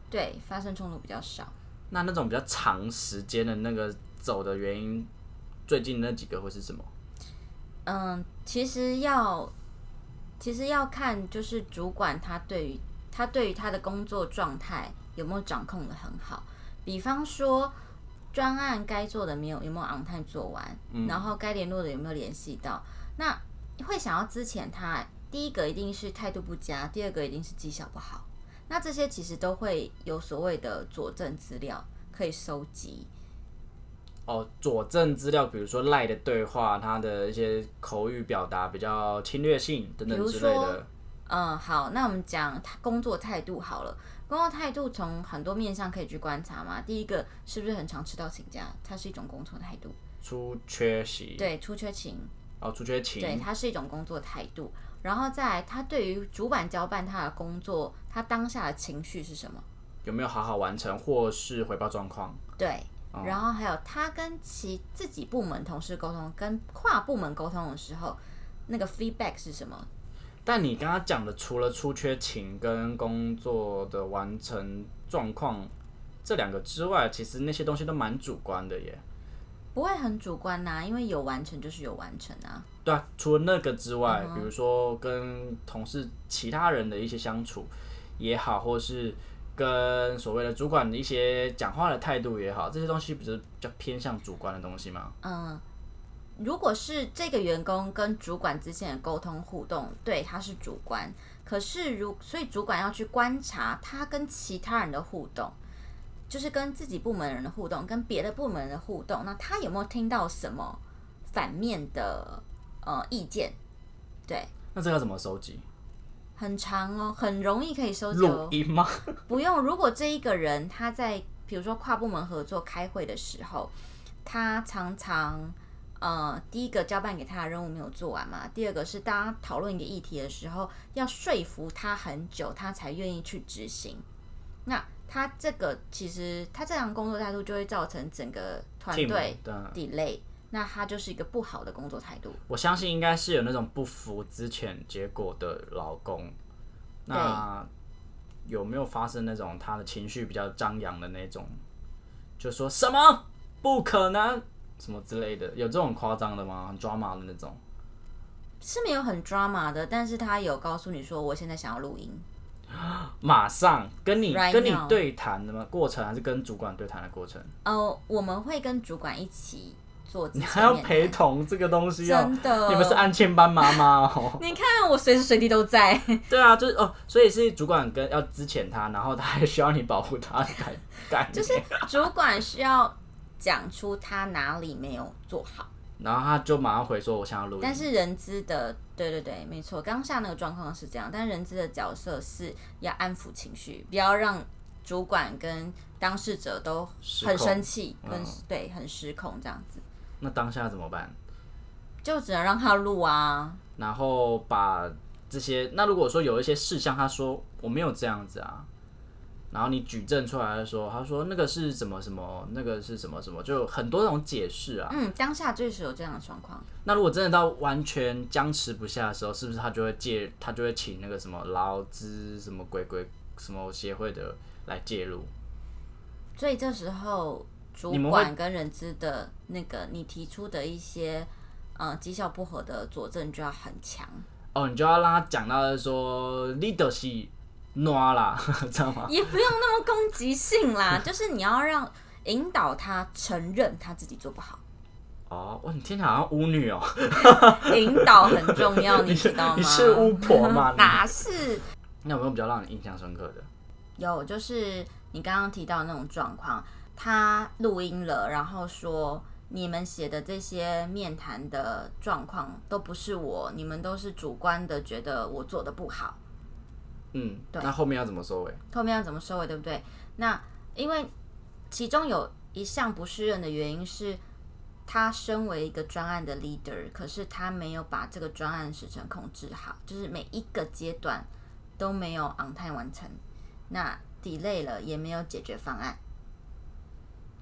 B: 对，发生冲突比较少。
A: 那那种比较长时间的那个走的原因，最近那几个会是什么？
B: 嗯，其实要，其实要看就是主管他对于他对于他的工作状态有没有掌控的很好。比方说，专案该做的没有有没有昂 n 做完，然后该联络的有没有联系到，那会想要之前他第一个一定是态度不佳，第二个一定是绩效不好。那这些其实都会有所谓的佐证资料可以收集，
A: 哦佐证资料，比如说赖的对话，他的一些口语表达比较侵略性等等之类
B: 比如
A: 的
B: 说。嗯，好，那我们讲他工作态度好了。工作态度从很多面向可以去观察嘛。第一个是不是很常迟到请假，它是一种工作态度。
A: 出缺席，，
B: 对，出缺勤，
A: 哦，出缺勤，
B: 对，它是一种工作态度。然后再来，他对于主管交办他的工作，他当下的情绪是什么？
A: 有没有好好完成或是回报状况？
B: 对，然后还有他跟其自己部门同事沟通，跟跨部门沟通的时候，那个 feedback 是什么？
A: 但你刚刚讲的，除了出缺勤跟工作的完成状况这两个之外，其实那些东西都蛮主观的耶。
B: 不会很主观呐、因为有完成就是有完成啊。
A: 对啊，除了那个之
B: 嗯
A: 外，比如说跟同事、其他人的一些相处也好，或是跟所谓的主管的一些讲话的态度也好，这些东西不是比较偏向主观的东西吗？
B: 嗯，如果是这个员工跟主管之间的沟通互动，对，他是主观。可是如所以主管要去观察他跟其他人的互动，就是跟自己部门人的互动，跟别的部门人的互动，那他有没有听到什么反面的呃意见？对，
A: 那这个要怎么收集？
B: 很长哦，很容易可以收集
A: 录
B: 哦。
A: 音吗？
B: 不用，如果这一个人他在比如说跨部门合作开会的时候，他常常呃第一个交办给他的任务没有做完嘛，第二个是大家讨论一个议题的时候，要说服他很久，他才愿意去执行。那他这个其实他这样工作态度就会造成整个团
A: Team 啊
B: 队
A: 的
B: delay，那他就是一个不好的工作态度。
A: 我相信应该是有那种不服之前结果的老公。那有没有发生那种他的情绪比较张扬的那种，就说什么不可能什么之类的，有这种夸张的吗？很抓马的那种。
B: 是没有很 drama 的，但是他有告诉你说，我现在想要录音，
A: 马上跟你
B: Right
A: 跟你
B: now
A: 对谈的吗？过程还是跟主管对谈的过程？
B: 呃，我们会跟主管一起做自
A: 你
B: 己的
A: 还要
B: 面谈
A: 陪，同这个东西哦、
B: 真的
A: 你们是按键班妈妈哦。 [laughs]
B: 你看我随时随地都在，
A: 对啊，就是哦，所以是主管跟要之前他，然后他还需要你保护他的概概念，
B: 就是主管需要讲出他哪里没有做好，
A: 然后他就马上回说我想要录音，
B: 但是人资的，对对对，没错，刚下那个状况是这样，但人资的角色是要安抚情绪，不要让主管跟当事者都
A: 失控
B: 很生气，跟、
A: 嗯
B: 对很失控这样子，
A: 那当下怎么办？
B: 就只能让他录啊，
A: 然后把这些，那如果说有一些事项，他说我没有这样子啊，然后你举证出来的时候，他说那个是什么什么，那个是什么什么，就很多种解释啊。
B: 嗯，当下就是有这样的状况。
A: 那如果真的到完全僵持不下的时候，是不是他就会介，他就会请那个什么劳资什么鬼鬼什么协会的来介入？
B: 所以这时候主
A: 你们会
B: 管跟人资的那个你提出的一些呃绩效不合的佐证就要很强，
A: 哦，你就要让他讲到说 leader 是哪啦， [laughs] 知道吗？
B: 也不用那么攻击
A: [laughs]
B: 性啦，就是你要让引导他承认他自己做不好，
A: 哦，哇，你听起来好像巫女哦，
B: 引导很重要，你知道吗？
A: [laughs] 你是巫婆
B: [laughs]
A: 嘛？你
B: 哪是？
A: 那有没有比较让你印象深刻的？
B: 有，就是你刚刚提到那种状况，他录音了，然后说你们写的这些面谈的状况都不是我，你们都是主观的觉得我做的不好。
A: 嗯，
B: 对
A: 那后面要怎么收尾？
B: 后面要怎么收尾，对不对？那因为其中有一项不适任的原因是，他身为一个专案的 leader，可是他没有把这个专案时程控制好，就是每一个阶段都没有 on time 完成，那 delay 了也没有解决方案。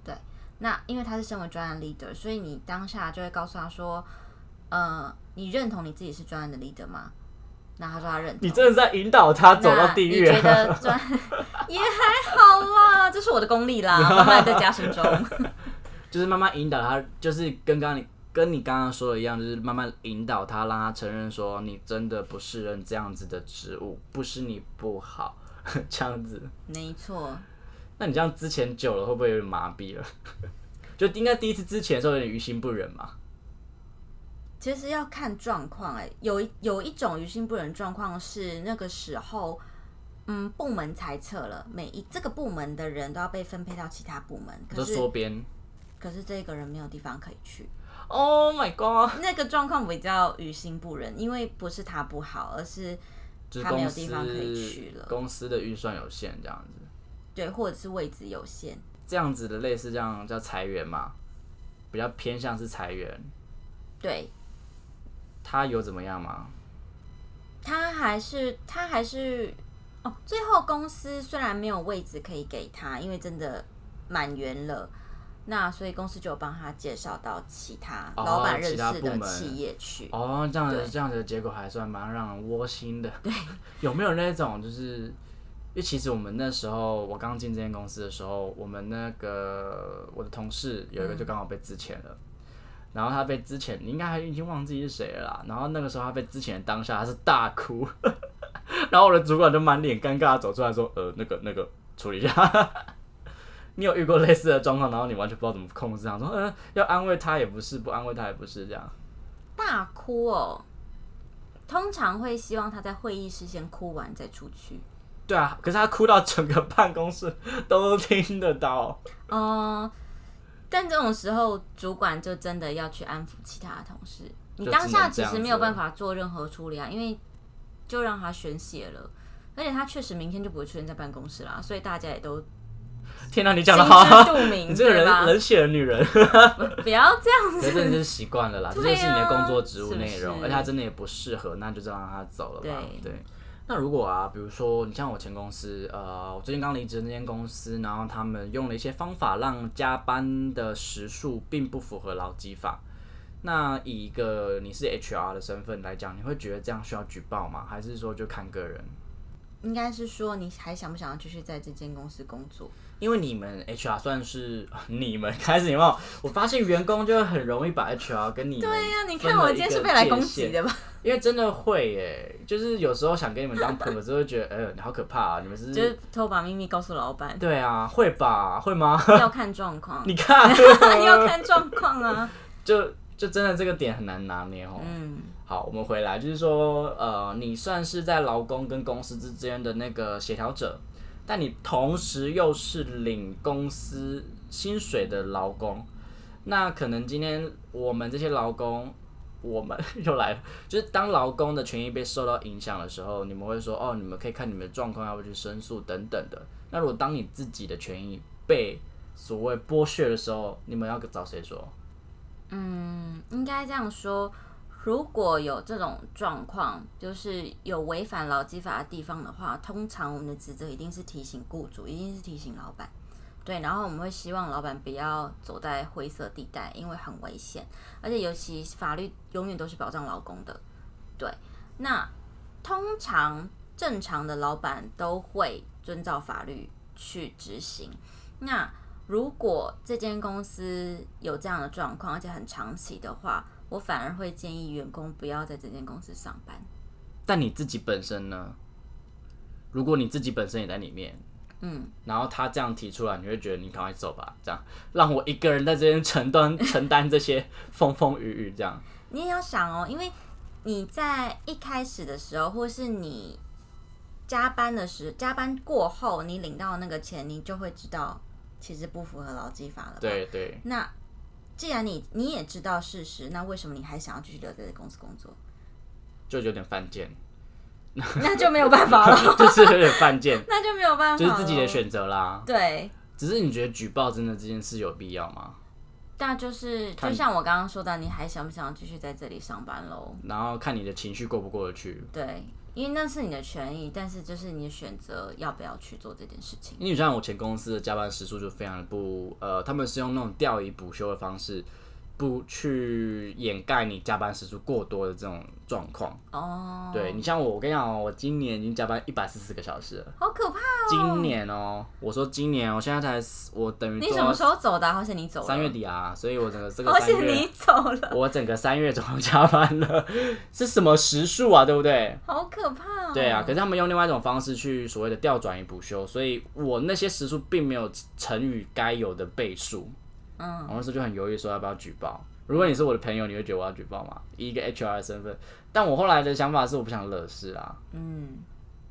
B: 对，那因为他是身为专案 leader，所以你当下就会告诉他说，呃，你认同你自己是专案的 leader 吗？那他说他认同。
A: 你真的是在引导他 [laughs] 走到
B: 那
A: 地
B: 你
A: 狱
B: 觉
A: 啊？
B: 得专也还好啦，这是我的功力啦，慢慢在加深中。 [laughs]
A: 就是慢慢引导他，就是跟刚刚你跟你刚刚说的一样，就是慢慢引导他，让他承认说你真的不适任这样子的职务，不是你不好 [laughs] 这样子。
B: 没错，
A: 那你这样之前久了，会不会有点麻痹了？ [laughs] 就应该第一次之前的时候有点于心不忍嘛。
B: 其实要看状况哎、有一有一种于心不忍状况是那个时候，嗯，部门裁撤了，每一这个部门的人都要被分配到其他部门，
A: 你
B: 可
A: 说
B: 是
A: 缩编，
B: 可是这个人没有地方可以去。
A: Oh my god！
B: 那个状况比较于心不忍，因为不是他不好，而是
A: 就是
B: 他没
A: 公
B: 有
A: 司
B: 地方可以去了
A: 公司的预算有限，这样子，
B: 对，或者是位置有限。
A: 这样子的类似这样叫裁员嘛，比较偏向是裁员。
B: 对
A: 他有怎么样吗？
B: 他还是他还是哦，最后公司虽然没有位置可以给他，因为真的满员了。那所以公司就有帮他介绍到其他
A: 哦
B: 老板认
A: 其他
B: 识
A: 部
B: 的
A: 门
B: 企业去，
A: 哦，这样子
B: 对
A: 这样子的结果还算蛮让人窝心的。对， [laughs] 有没有那种就是，因为其实我们那时候我刚进这间公司的时候，我们那个我的同事有一个就刚好被资遣了。然后他被资遣，你应该还已经忘记是谁了啦。然后那个时候他被资遣的当下，他是大哭， [laughs] 然后我的主管就满脸尴尬地走出来说：“呃，那个那个，处理一下。” [laughs] 你有遇过类似的状况，然后你完全不知道怎么控制他，说：“嗯、要安慰他也不是，不安慰他也不是，这样。”
B: 大哭哦。通常会希望他在会议室先哭完再出去。
A: 对啊，可是他哭到整个办公室都听得
B: [laughs]
A: 到。
B: 哦、但这种时候，主管就真的要去安抚其他的同事。你
A: 就
B: 当
A: 只
B: 下
A: 能这
B: 其
A: 样
B: 实
A: 子
B: 没有办
A: 了
B: 法做任何处理啊，因为就让他宣泄了，而且他确实明天就不会出现在办公室啦，所以大家也都
A: 天哪、你
B: 心
A: 讲的
B: 知
A: 好，
B: 肚
A: [laughs]
B: 明，
A: 你这个
B: 对吧
A: 人冷血的女
B: [laughs]
A: 人，
B: 不要这样
A: 可是真的
B: 子。
A: 是习惯了啦，这
B: 对啊
A: 就是你的工作职务内容，
B: 是不是
A: 而且他真的也不适合，那就这样让他走了吧。对。
B: 对
A: 那如果啊，比如说你像我前公司，呃，我最近刚离职的那间公司，然后他们用了一些方法让加班的时数并不符合劳基法。那以一个你是 HR 的身份来讲，你会觉得这样需要举报吗？还是说就看个人？
B: 应该是说，你还想不想要继续在这间公司工作？
A: 因为你们 HR 算是哦你们开始有没有？我发现员工就会很容易把 HR 跟你们
B: 对呀、你
A: 分
B: 看
A: 了
B: 我
A: 一
B: 今天
A: 个
B: 是被来攻
A: 界
B: 击
A: 限
B: 的吧？
A: 因为真的会耶，就是有时候想跟你们
B: [laughs]
A: 当朋友，之后就觉得，哎、呦，你好可怕啊！你们是
B: 就是偷把秘密告诉老板，
A: 对啊，会吧？会吗？ [laughs]
B: 要看状况，
A: 你看，
B: [laughs] 要看状况啊。
A: 就就真的这个点很难拿捏哦。
B: 嗯，
A: 好，我们回来，就是说，呃，你算是在劳工跟公司之间的那个协调者，但你同时又是领公司薪水的劳工。那可能今天我们这些劳工，我们又来了，就是当劳工的权益被受到影响的时候，你们会说，哦，你们可以看你们的状况，要不要去申诉等等的。那如果当你自己的权益被所谓剥削的时候，你们要找谁说？
B: 嗯应该这样说，如果有这种状况，就是有违反劳基法的地方的话，通常我们的职责一定是提醒雇主，一定是提醒老板。对，然后我们会希望老板不要走在灰色地带，因为很危险，而且尤其法律永远都是保障劳工的。对，那通常正常的老板都会遵照法律去执行。那如果这间公司有这样的状况，而且很长期的话，我反而会建议员工不要在这间公司上班。
A: 但你自己本身呢？如果你自己本身也在里面，
B: 嗯，
A: 然后他这样提出来，你会觉得你赶快走吧，这样让我一个人在这边承担 [laughs] 承担这些风风雨雨，这样
B: 你也要想哦，因为你在一开始的时候，或是你加班的时，加班过后，你领到那个钱，你就会知道其实不符合劳基法了吧？
A: 对对，
B: 那既然你你也知道事实，那为什么你还想要继续留在这个公司工作？ [laughs]
A: 就有点犯贱， [laughs]
B: 那就没有办法了， [laughs]
A: 就是有点犯贱，
B: 那就没有办法，
A: 就是自己的。选择啦。
B: 对，
A: 只是你觉得举报真的这件事有必要吗？
B: 那就是
A: 看
B: 就像我刚刚说的，你还想不想继续在这里上班喽？
A: 然后看你的情绪过不过得去。
B: 对，因为那是你的权益，但是就是你的选择要不要去做这件事情。
A: 因为像我前公司的加班时数就非常的不，呃，他们是用那种调以补休的方式，不去掩盖你加班时数过多的这种状况。
B: 哦，
A: 对你像我，我跟你讲哦，我今年已经加班一百四十个小时了。
B: 好可怕！
A: 今年哦，我说今年哦，现在才四我等于
B: 你
A: 做
B: 什么时候走的啊？好险你走了，
A: 三月，底啊，所以我整个这个
B: 好
A: 三
B: 险你
A: 月，
B: 走了，
A: 我整个三月总共 [laughs] 加班了，是什么时数啊？对不对？
B: 好可怕、哦。
A: 对啊，可是他们用另外一种方式去所谓的调转与补休，所以我那些时数并没有乘以该有的倍数。
B: 嗯，
A: 我那时候就很犹豫说要不要举报。如果你是我的朋友，你会觉得我要举报吗？以一个 HR 的身份，但我后来的想法是我不想惹事啊。
B: 嗯，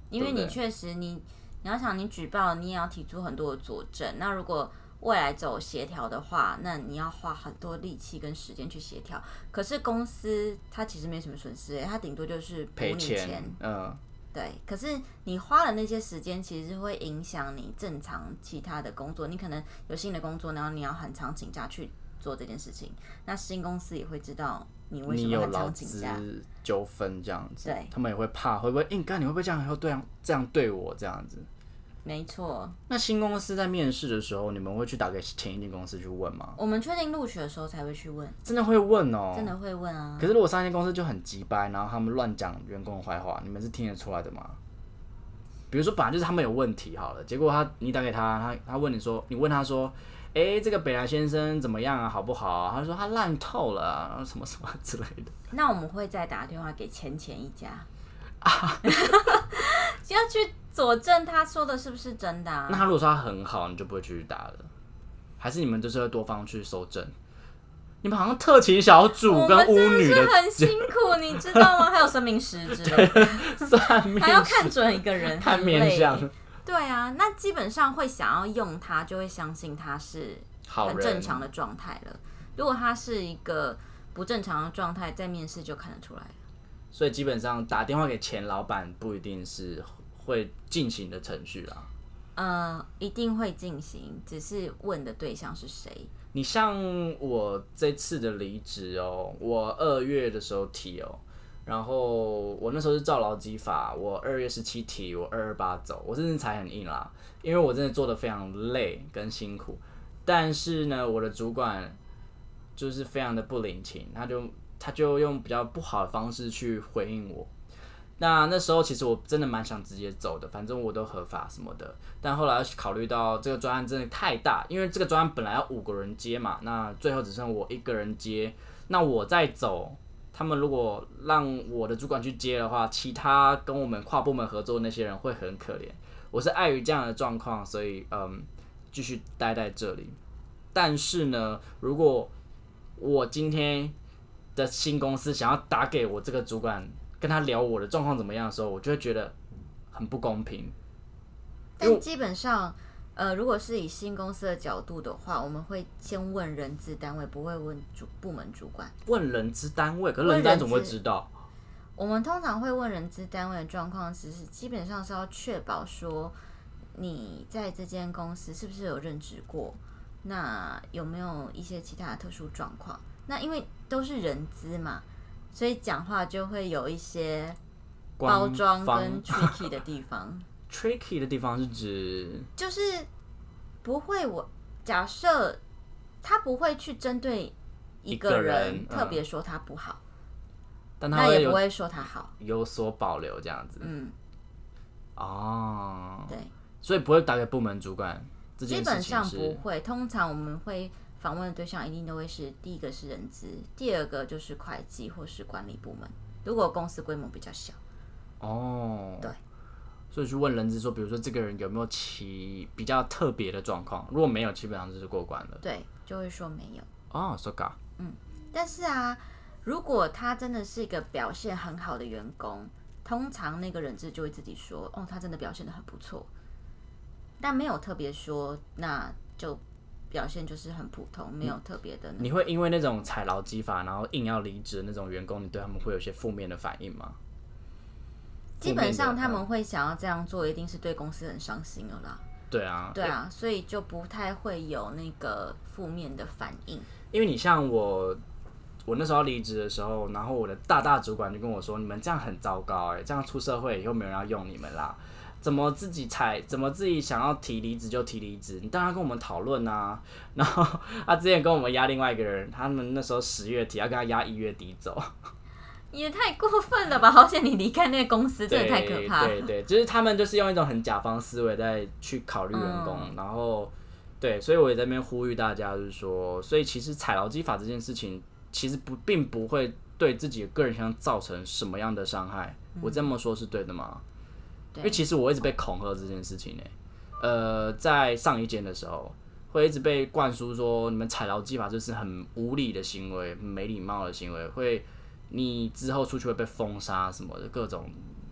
B: 因为
A: 对
B: 你
A: 不对
B: 确实你你要想你举报，你也要提出很多的佐证。那如果未来走协调的话，那你要花很多力气跟时间去协调。可是公司它其实没什么损失、欸，它顶多就是补
A: 赔
B: 你
A: 钱，嗯，
B: 对，可是你花了那些时间，其实会影响你正常其他的工作。你可能有新的工作，然后你要很长请假去做这件事情。那新公司也会知道你为什
A: 你
B: 么
A: 有
B: 很
A: 劳
B: 长请假。
A: 资纠纷这样子，
B: 对
A: 他们也会怕，会不会硬干、你会不会这样以后对样这样对我这样子？
B: 没错，
A: 那新公司在面试的时候，你们会去打给前一间公司去问吗？
B: 我们确定录取的时候才会去问，
A: 真的会问哦、
B: 真的会问啊
A: 可。是如果上一间公司就很急掰，然后他们乱讲员工的坏话，你们是听得出来的吗？比如说本来就是他们有问题好了，结果他你打给他，他他问你说，你问他说，诶，这个北兰先生怎么样啊，好不好、啊？他说他烂透了啊、然后什么什么之类的。
B: 那我们会再打电话给前前一家，
A: 啊
B: [laughs] 要去佐证他说的是不是真的、啊。
A: 那他如果说他很好，你就不会继续打了，还是你们就是要多方去搜证？你们好像特勤小组
B: 我
A: 跟
B: 们
A: 巫
B: 真的
A: 女
B: 是
A: 的
B: 很辛
A: [laughs]
B: 苦，你知道吗？还有生命师之类的，
A: 算命
B: 还要看准一个人，
A: 看
B: 很
A: 面
B: 累
A: 相
B: 对啊，那基本上会想要用它，就会相信它是
A: 好
B: 很
A: 人
B: 正常的状态了。如果它是一个不正常的状态，在面试就看得出来了。
A: 所以基本上打电话给前老板不一定是会进行的程序啦。
B: 呃，一定会进行，只是问的对象是谁。
A: 你像我这次的离职哦，我二月的时候提哦，然后我那时候是照劳基法，我二月十七提，我二二八走，我真的才很硬啦，因为我真的做的非常累跟辛苦，但是呢，我的主管就是非常的不领情，他就他就用比较不好的方式去回应我。那那时候其实我真的蛮想直接走的，反正我都合法什么的。但后来考虑到这个专案真的太大，因为这个专案本来要五个人接嘛，那最后只剩我一个人接，那我再走。他们如果让我的主管去接的话，其他跟我们跨部门合作的那些人会很可怜。我是碍于这样的状况，所以嗯，继续待在这里。但是呢，如果我今天的新公司想要打给我这个主管，跟他聊我的状况怎么样的时候，我就会觉得很不公平。
B: 但基本上，呃，如果是以新公司的角度的话，我们会先问人资单位，不会问主部门主管。
A: 问人资单位，可是人资单位怎么会知道？
B: 我们通常会问人资单位的状况，其实基本上是要确保说你在这间公司是不是有任职过，那有没有一些其他的特殊状况？那因为都是人资嘛，所以讲话就会有一些包
A: 官
B: 装
A: 方 [laughs]
B: 跟 tricky 的地方，
A: tricky 的地方是指
B: 就是不会我假设他不会去针对一
A: 一
B: 个
A: 个人
B: 人
A: 嗯
B: 特别说他不好，
A: 但他
B: 那
A: 会
B: 也不
A: 有
B: 会说他好，
A: 有所保留这样子。
B: 嗯，
A: 哦，
B: 对。
A: 所以不会打给部门主管这件
B: 基
A: 事
B: 本
A: 情
B: 上不
A: 是
B: 会，通常我们会访问的对象一定都会是第一个是人资，第二个就是会计或是管理部门。如果公司规模比较小，
A: 哦，
B: 对。
A: 所以去问人资说，比如说这个人有没有其比较特别的状况，如果没有，基本上就是过关了。
B: 对，就会说没有。
A: 哦，so ga，
B: 但是啊，如果他真的是一个表现很好的员工，通常那个人资就会自己说，哦，他真的表现的很不错，但没有特别说，那就表现就是很普通，没有特别的那
A: 你会因为那种踩牢基法，然后硬要离职的那种员工，你对他们会有一些负面的反应吗？
B: 基本
A: 负
B: 上
A: 面的
B: 他
A: 嗯
B: 们会想要这样做，一定是对公司很伤心了啦。
A: 对啊，
B: 对啊，所以就不太会有那个负面的反应。
A: 因为你像我，我那时候要离职的时候，然后我的大大主管就跟我说：“你们这样很糟糕、欸，哎，这样出社会以后没有人要用你们啦，怎么自己才怎么自己想要提离职就提离职？你当然跟我们讨论啊。” [laughs] 然后他之前跟我们压另外一个人，他们那时候十月底要跟他压一月底走，
B: 也太过分了吧！好险你离开那个公司，真的太可怕
A: 对
B: 了。
A: 对，就是他们就是用一种很甲方思维在去考虑员工，
B: 嗯
A: 然后对，所以我也在那边呼吁大家，就是说，所以其实踩牢基法这件事情，其实不并不会对自己的个人形象造成什么样的伤害。我这么说是对的吗？因为
B: 嗯对，
A: 其实我一直被恐吓这件事情呢、欸呃，在上一间的时候，会一直被灌输说你们踩牢基法就是很无理的行为、没礼貌的行为，会你之后出去会被封杀什么的各种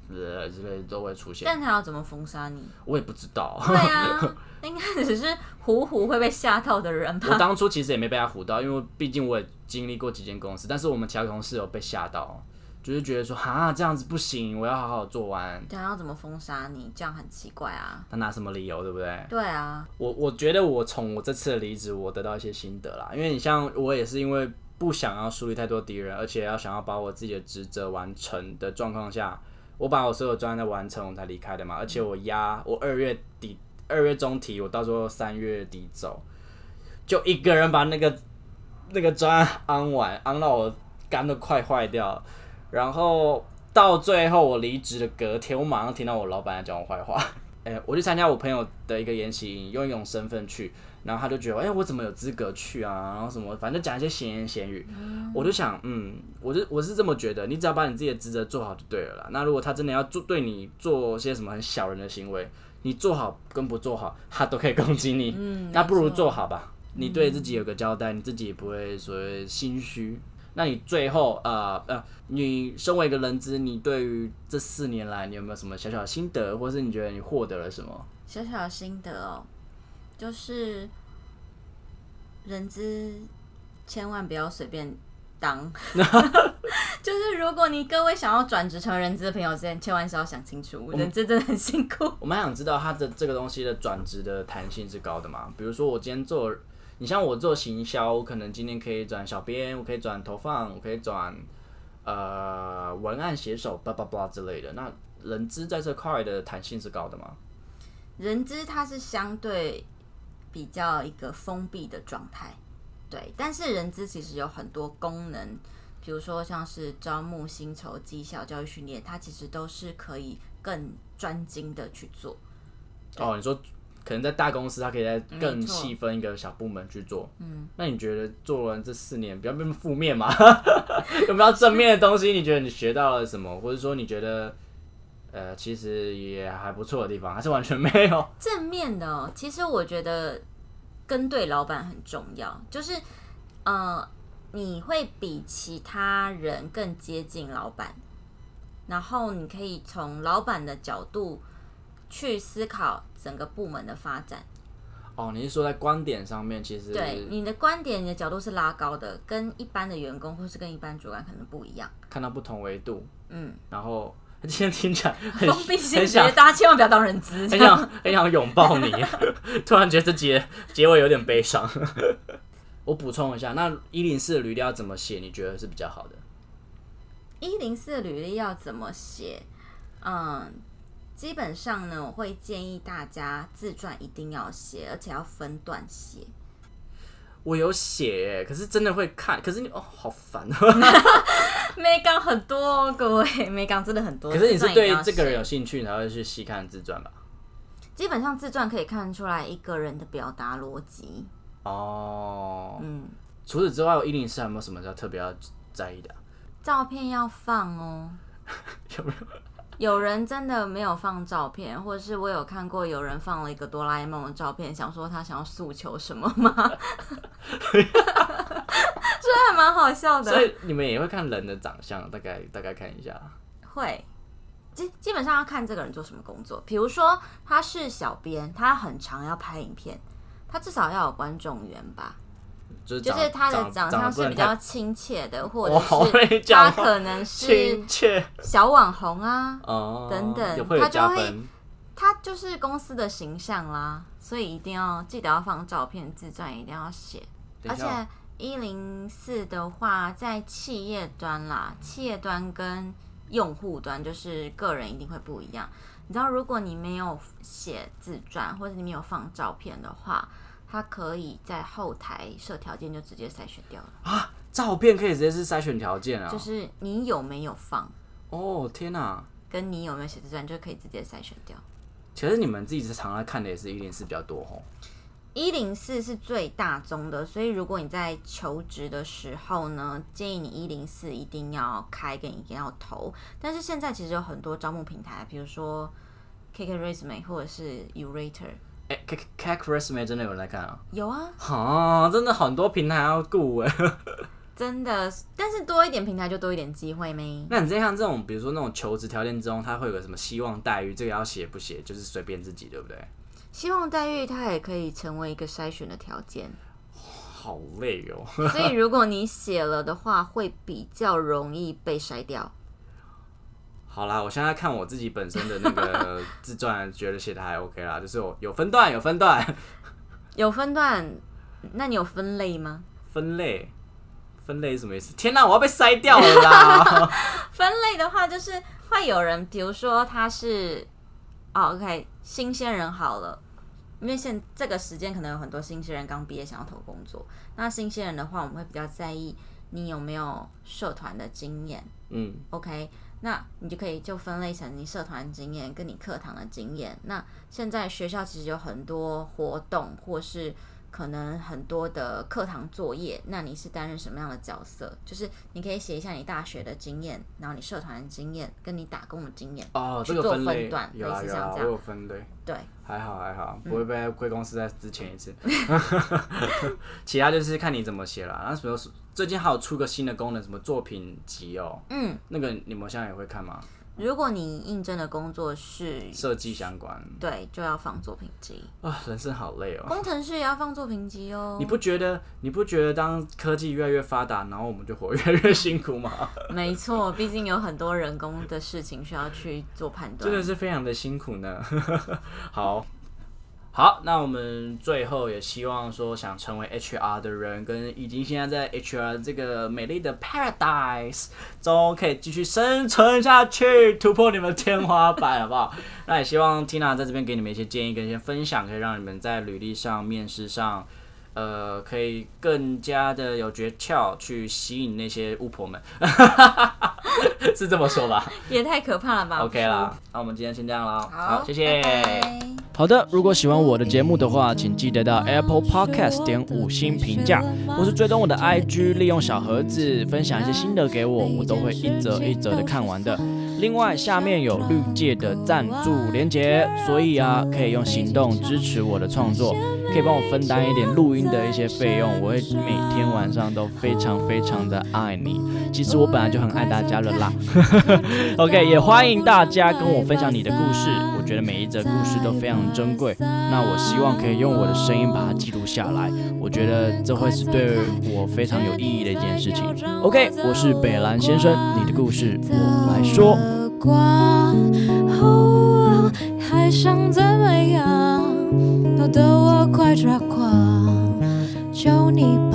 A: 呃之类的都会出现。
B: 但他要怎么封杀你？
A: 我也不知道，
B: 对 [laughs] 啊，应该只是虎虎会被吓到的人
A: 我
B: 吧？
A: 当初其实也没被他唬到，因为毕竟我也经历过几间公司，但是我们其他同事有被吓到，就是觉得说哈这样子不行，我要好好做完。
B: 对啊，要怎么封杀你？这样很奇怪啊。
A: 他拿什么理由，对不对？
B: 对啊，
A: 我我觉得我从我这次的离职，我得到一些心得啦。因为你像我也是因为不想要树立太多敌人，而且要想要把我自己的职责完成的状况下，我把我所有专案都完成，我才离开的嘛。而且我压我二月底二月中提，我到时候三月底走，就一个人把那个那个专案安完，安到我肝都快坏掉了。然后到最后我离职的隔天，我马上听到我老板在讲我坏话。 [laughs] 哎、我去参加我朋友的一个研习营，用一种身份去，然后他就觉得，哎、我怎么有资格去啊？然后什么，反正讲一些闲言闲语。我就想，嗯，我就我是这么觉得，你只要把你自己的职责做好就对了啦。那如果他真的要做对你做些什么很小人的行为，你做好跟不做好，他都可以攻击你。
B: 嗯
A: 那不如
B: 没错
A: 做好吧，你对自己有个交代，你自己也不会所谓心虚。那你最后呃呃，你身为一个人资，你对于这四年来，你有没有什么小小的心得，或是你觉得你获得了什么？
B: 小小的心得哦，就是人资千万不要随便 [laughs] 当。就是如果你各位想要转职成人资的朋友之前，千万是要想清楚，人资真的很辛苦。
A: 我蛮想知道它的这个东西的转职的弹性是高的嘛？比如说我今天做，你像我做行销，我可能今天可以转小编，我可以转投放，我可以转呃文案写手，叭叭叭之类的。那人资在这块的弹性是高的吗？
B: 人资它是相对比较一个封闭的状态，对。但是人资其实有很多功能，比如说像是招募、薪酬、绩效、教育训练，它其实都是可以更专精的去做。
A: 哦，你说可能在大公司，它可以在更
B: 没错
A: 细分一个小部门去做。嗯，那你觉得做完这四年，不要变负面嘛？ [laughs] 有没有正面的东西？你觉得你学到了什么，或者说你觉得呃，其实也还不错的地方，还是完全没有？ [laughs]
B: 正面的哦，其实我觉得跟对老板很重要，就是呃，你会比其他人更接近老板，然后你可以从老板的角度去思考整个部门的发展。
A: 哦，你是说在观点上面，其实
B: 对你的观点、你的角度是拉高的，跟一般的员工或是跟一般主管可能不一样。
A: 看到不同维度，
B: 嗯，
A: 然后 [laughs] 今天听起来很
B: 封闭性
A: 很
B: 觉
A: 想
B: 得大家千万不要当人资。
A: 很想 [laughs] 很想拥抱你， [laughs] 突然觉得这结结尾有点悲伤。 [laughs] 我补充一下，那一零四的履历要怎么写？你觉得是比较好的？
B: 一零四履历要怎么写？嗯，基本上呢，我会建议大家自传一定要写，而且要分段写。 [laughs]
A: 我有写耶，可是真的会看，可是你哦，好烦啊！
B: 美港很多哦，各位， [laughs] 美港真的很多。
A: [laughs] 可是你
B: 自
A: 是
B: 传一定
A: 对
B: 要
A: 这个人有
B: 写，
A: 兴趣，才会去细看自传吧？
B: 基本上自传可以看出来一个人的表达逻辑。
A: 哦，
B: 嗯，
A: 除此之外，一零四还有没有什么要特别要在意的啊？
B: 照片要放哦。
A: [laughs] 有没有？
B: 有人真的没有放照片，或者是我有看过有人放了一个哆啦 A 梦的照片，想说他想要诉求什么
A: [laughs]
B: 吗？这还蛮好笑的。
A: 所以你们也会看人的长相，大概大概看一下。
B: 会，基基本上要看这个人做什么工作。比如说他是小编，他很常要拍影片，他至少要有观众缘吧。
A: 就是
B: 就
A: 长
B: 是他的
A: 长
B: 长相
A: 得不
B: 是
A: 能
B: 比较
A: 太
B: 亲切的，或
A: 我好
B: 者
A: 会
B: 是他
A: 讲话
B: 可能是
A: 亲切
B: 小网红啊，
A: 哦，
B: 等等
A: 也会有
B: 他就
A: 加
B: 会
A: 分。
B: 他就是公司的形象啦，所以一定要记得要放照片，自传一定要写。
A: 等
B: 而
A: 一下哦
B: 且一零四的话，在企业端啦，企业端跟用户端就是个人一定会不一样。你知道，如果你没有写自传，或者你没有放照片的话，它可以在后台设条件就直接筛选掉了，
A: 照片可以直接是筛选条件啊。
B: 就是你有没有放，
A: 哦天哪、
B: 跟你有没有写自传就可以直接筛选掉。
A: 其实你们自己是常来看的也是一零四比较多哦吼。
B: 一零四是最大宗的，所以如果你在求职的时候呢，建议你一零四一定要开跟一定要投。但是现在其实有很多招募平台，比如说 KK Resume 或者是 Urator，
A: 哎、c a c Resume 真的有人来看啊？
B: 有啊，
A: 哈、真的很多平台要顾哎。
B: 真的，但是多一点平台就多一点机会咩？
A: [laughs] 那你像这种，比如说那种求职条件中，它会有个什么希望待遇，这个要写不写，就是随便自己，对不对？
B: 希望待遇它也可以成为一个筛选的条件，
A: 好累哦， [laughs]
B: 所以如果你写了的话，会比较容易被筛掉。
A: 好啦，我现在看我自己本身的那个自传，觉得写的还 OK 啦，就是我有分段，有分段， [laughs]
B: 有分段，那你有分类吗？
A: 分类，分类是什么意思？天哪、啊我要被筛掉了啦！ [laughs]
B: 分类的话，就是会有人，比如说他是，哦，OK，新鲜人好了，因为现这个时间可能有很多新鲜人刚毕业想要投工作。那新鲜人的话，我们会比较在意你有没有社团的经验
A: 嗯，
B: ，OK。那你就可以就分类成你社团经验跟你课堂的经验。那现在学校其实有很多活动，或是可能很多的课堂作业，那你是担任什么样的角色？就是你可以写一下你大学的经验，然后你社团的经验，跟你打工的经验。
A: 哦，这
B: 去
A: 个
B: 做
A: 分类
B: 分段
A: 有啊
B: 类
A: 有啊
B: 似像，
A: 我
B: 这样嗯
A: 有分类，
B: 对，
A: 还好还好，不会被贵公司在之前一
B: [laughs]
A: 次。其他就是看你怎么写啦。那比如说最近还有出个新的功能，什么作品集哦，
B: 嗯，
A: 那个你们现在也会看吗？
B: 如果你应征的工作是
A: 设计相关
B: 对，就要放作品
A: [laughs]
B: 集，
A: 啊，人生好累哦。
B: 工程师也要放作品集哦。
A: 你不觉得你不觉得当科技越来越发达，然后我们就活越来越辛苦吗？
B: [laughs] 没错，毕竟有很多人工的事情需要去做判断。
A: 真的是非常的辛苦呢。 [laughs] 好。好，那我们最后也希望说，想成为 HR 的人，跟已经现在在 HR 这个美丽的 paradise 中，可以继续生存下去，突破你们天花板，好不好？ [laughs] 那也希望 Tina 在这边给你们一些建议跟一些分享，可以让你们在履历上、面试上，呃，可以更加的有诀窍去吸引那些巫婆们， [laughs] 是这么说吧？
B: 也太可怕了吧
A: OK 啦，那我们今天先这样啦，
B: 好
A: 谢谢。
B: 拜拜
G: 好的，如果喜欢我的节目的话，请记得到 Apple Podcast 点五星评价，或是追踪我的 IG，利用小盒子分享一些心得给我，我都会一则一则的看完的。另外，下面有绿界的赞助连结，所以啊，可以用行动支持我的创作，可以帮我分担一点录音的一些费用，我会每天晚上都非常非常的爱你。其实我本来就很爱大家了啦。OK，也欢迎大家跟我分享你的故事，我觉得每一则故事都非常珍贵。那我希望可以用我的声音把它记录下来，我觉得这会是对我非常有意义的一件事情。OK，我是北兰先生，你的故事我来说。
H: 的光，哦，还想怎么样？闹得我快抓狂，求你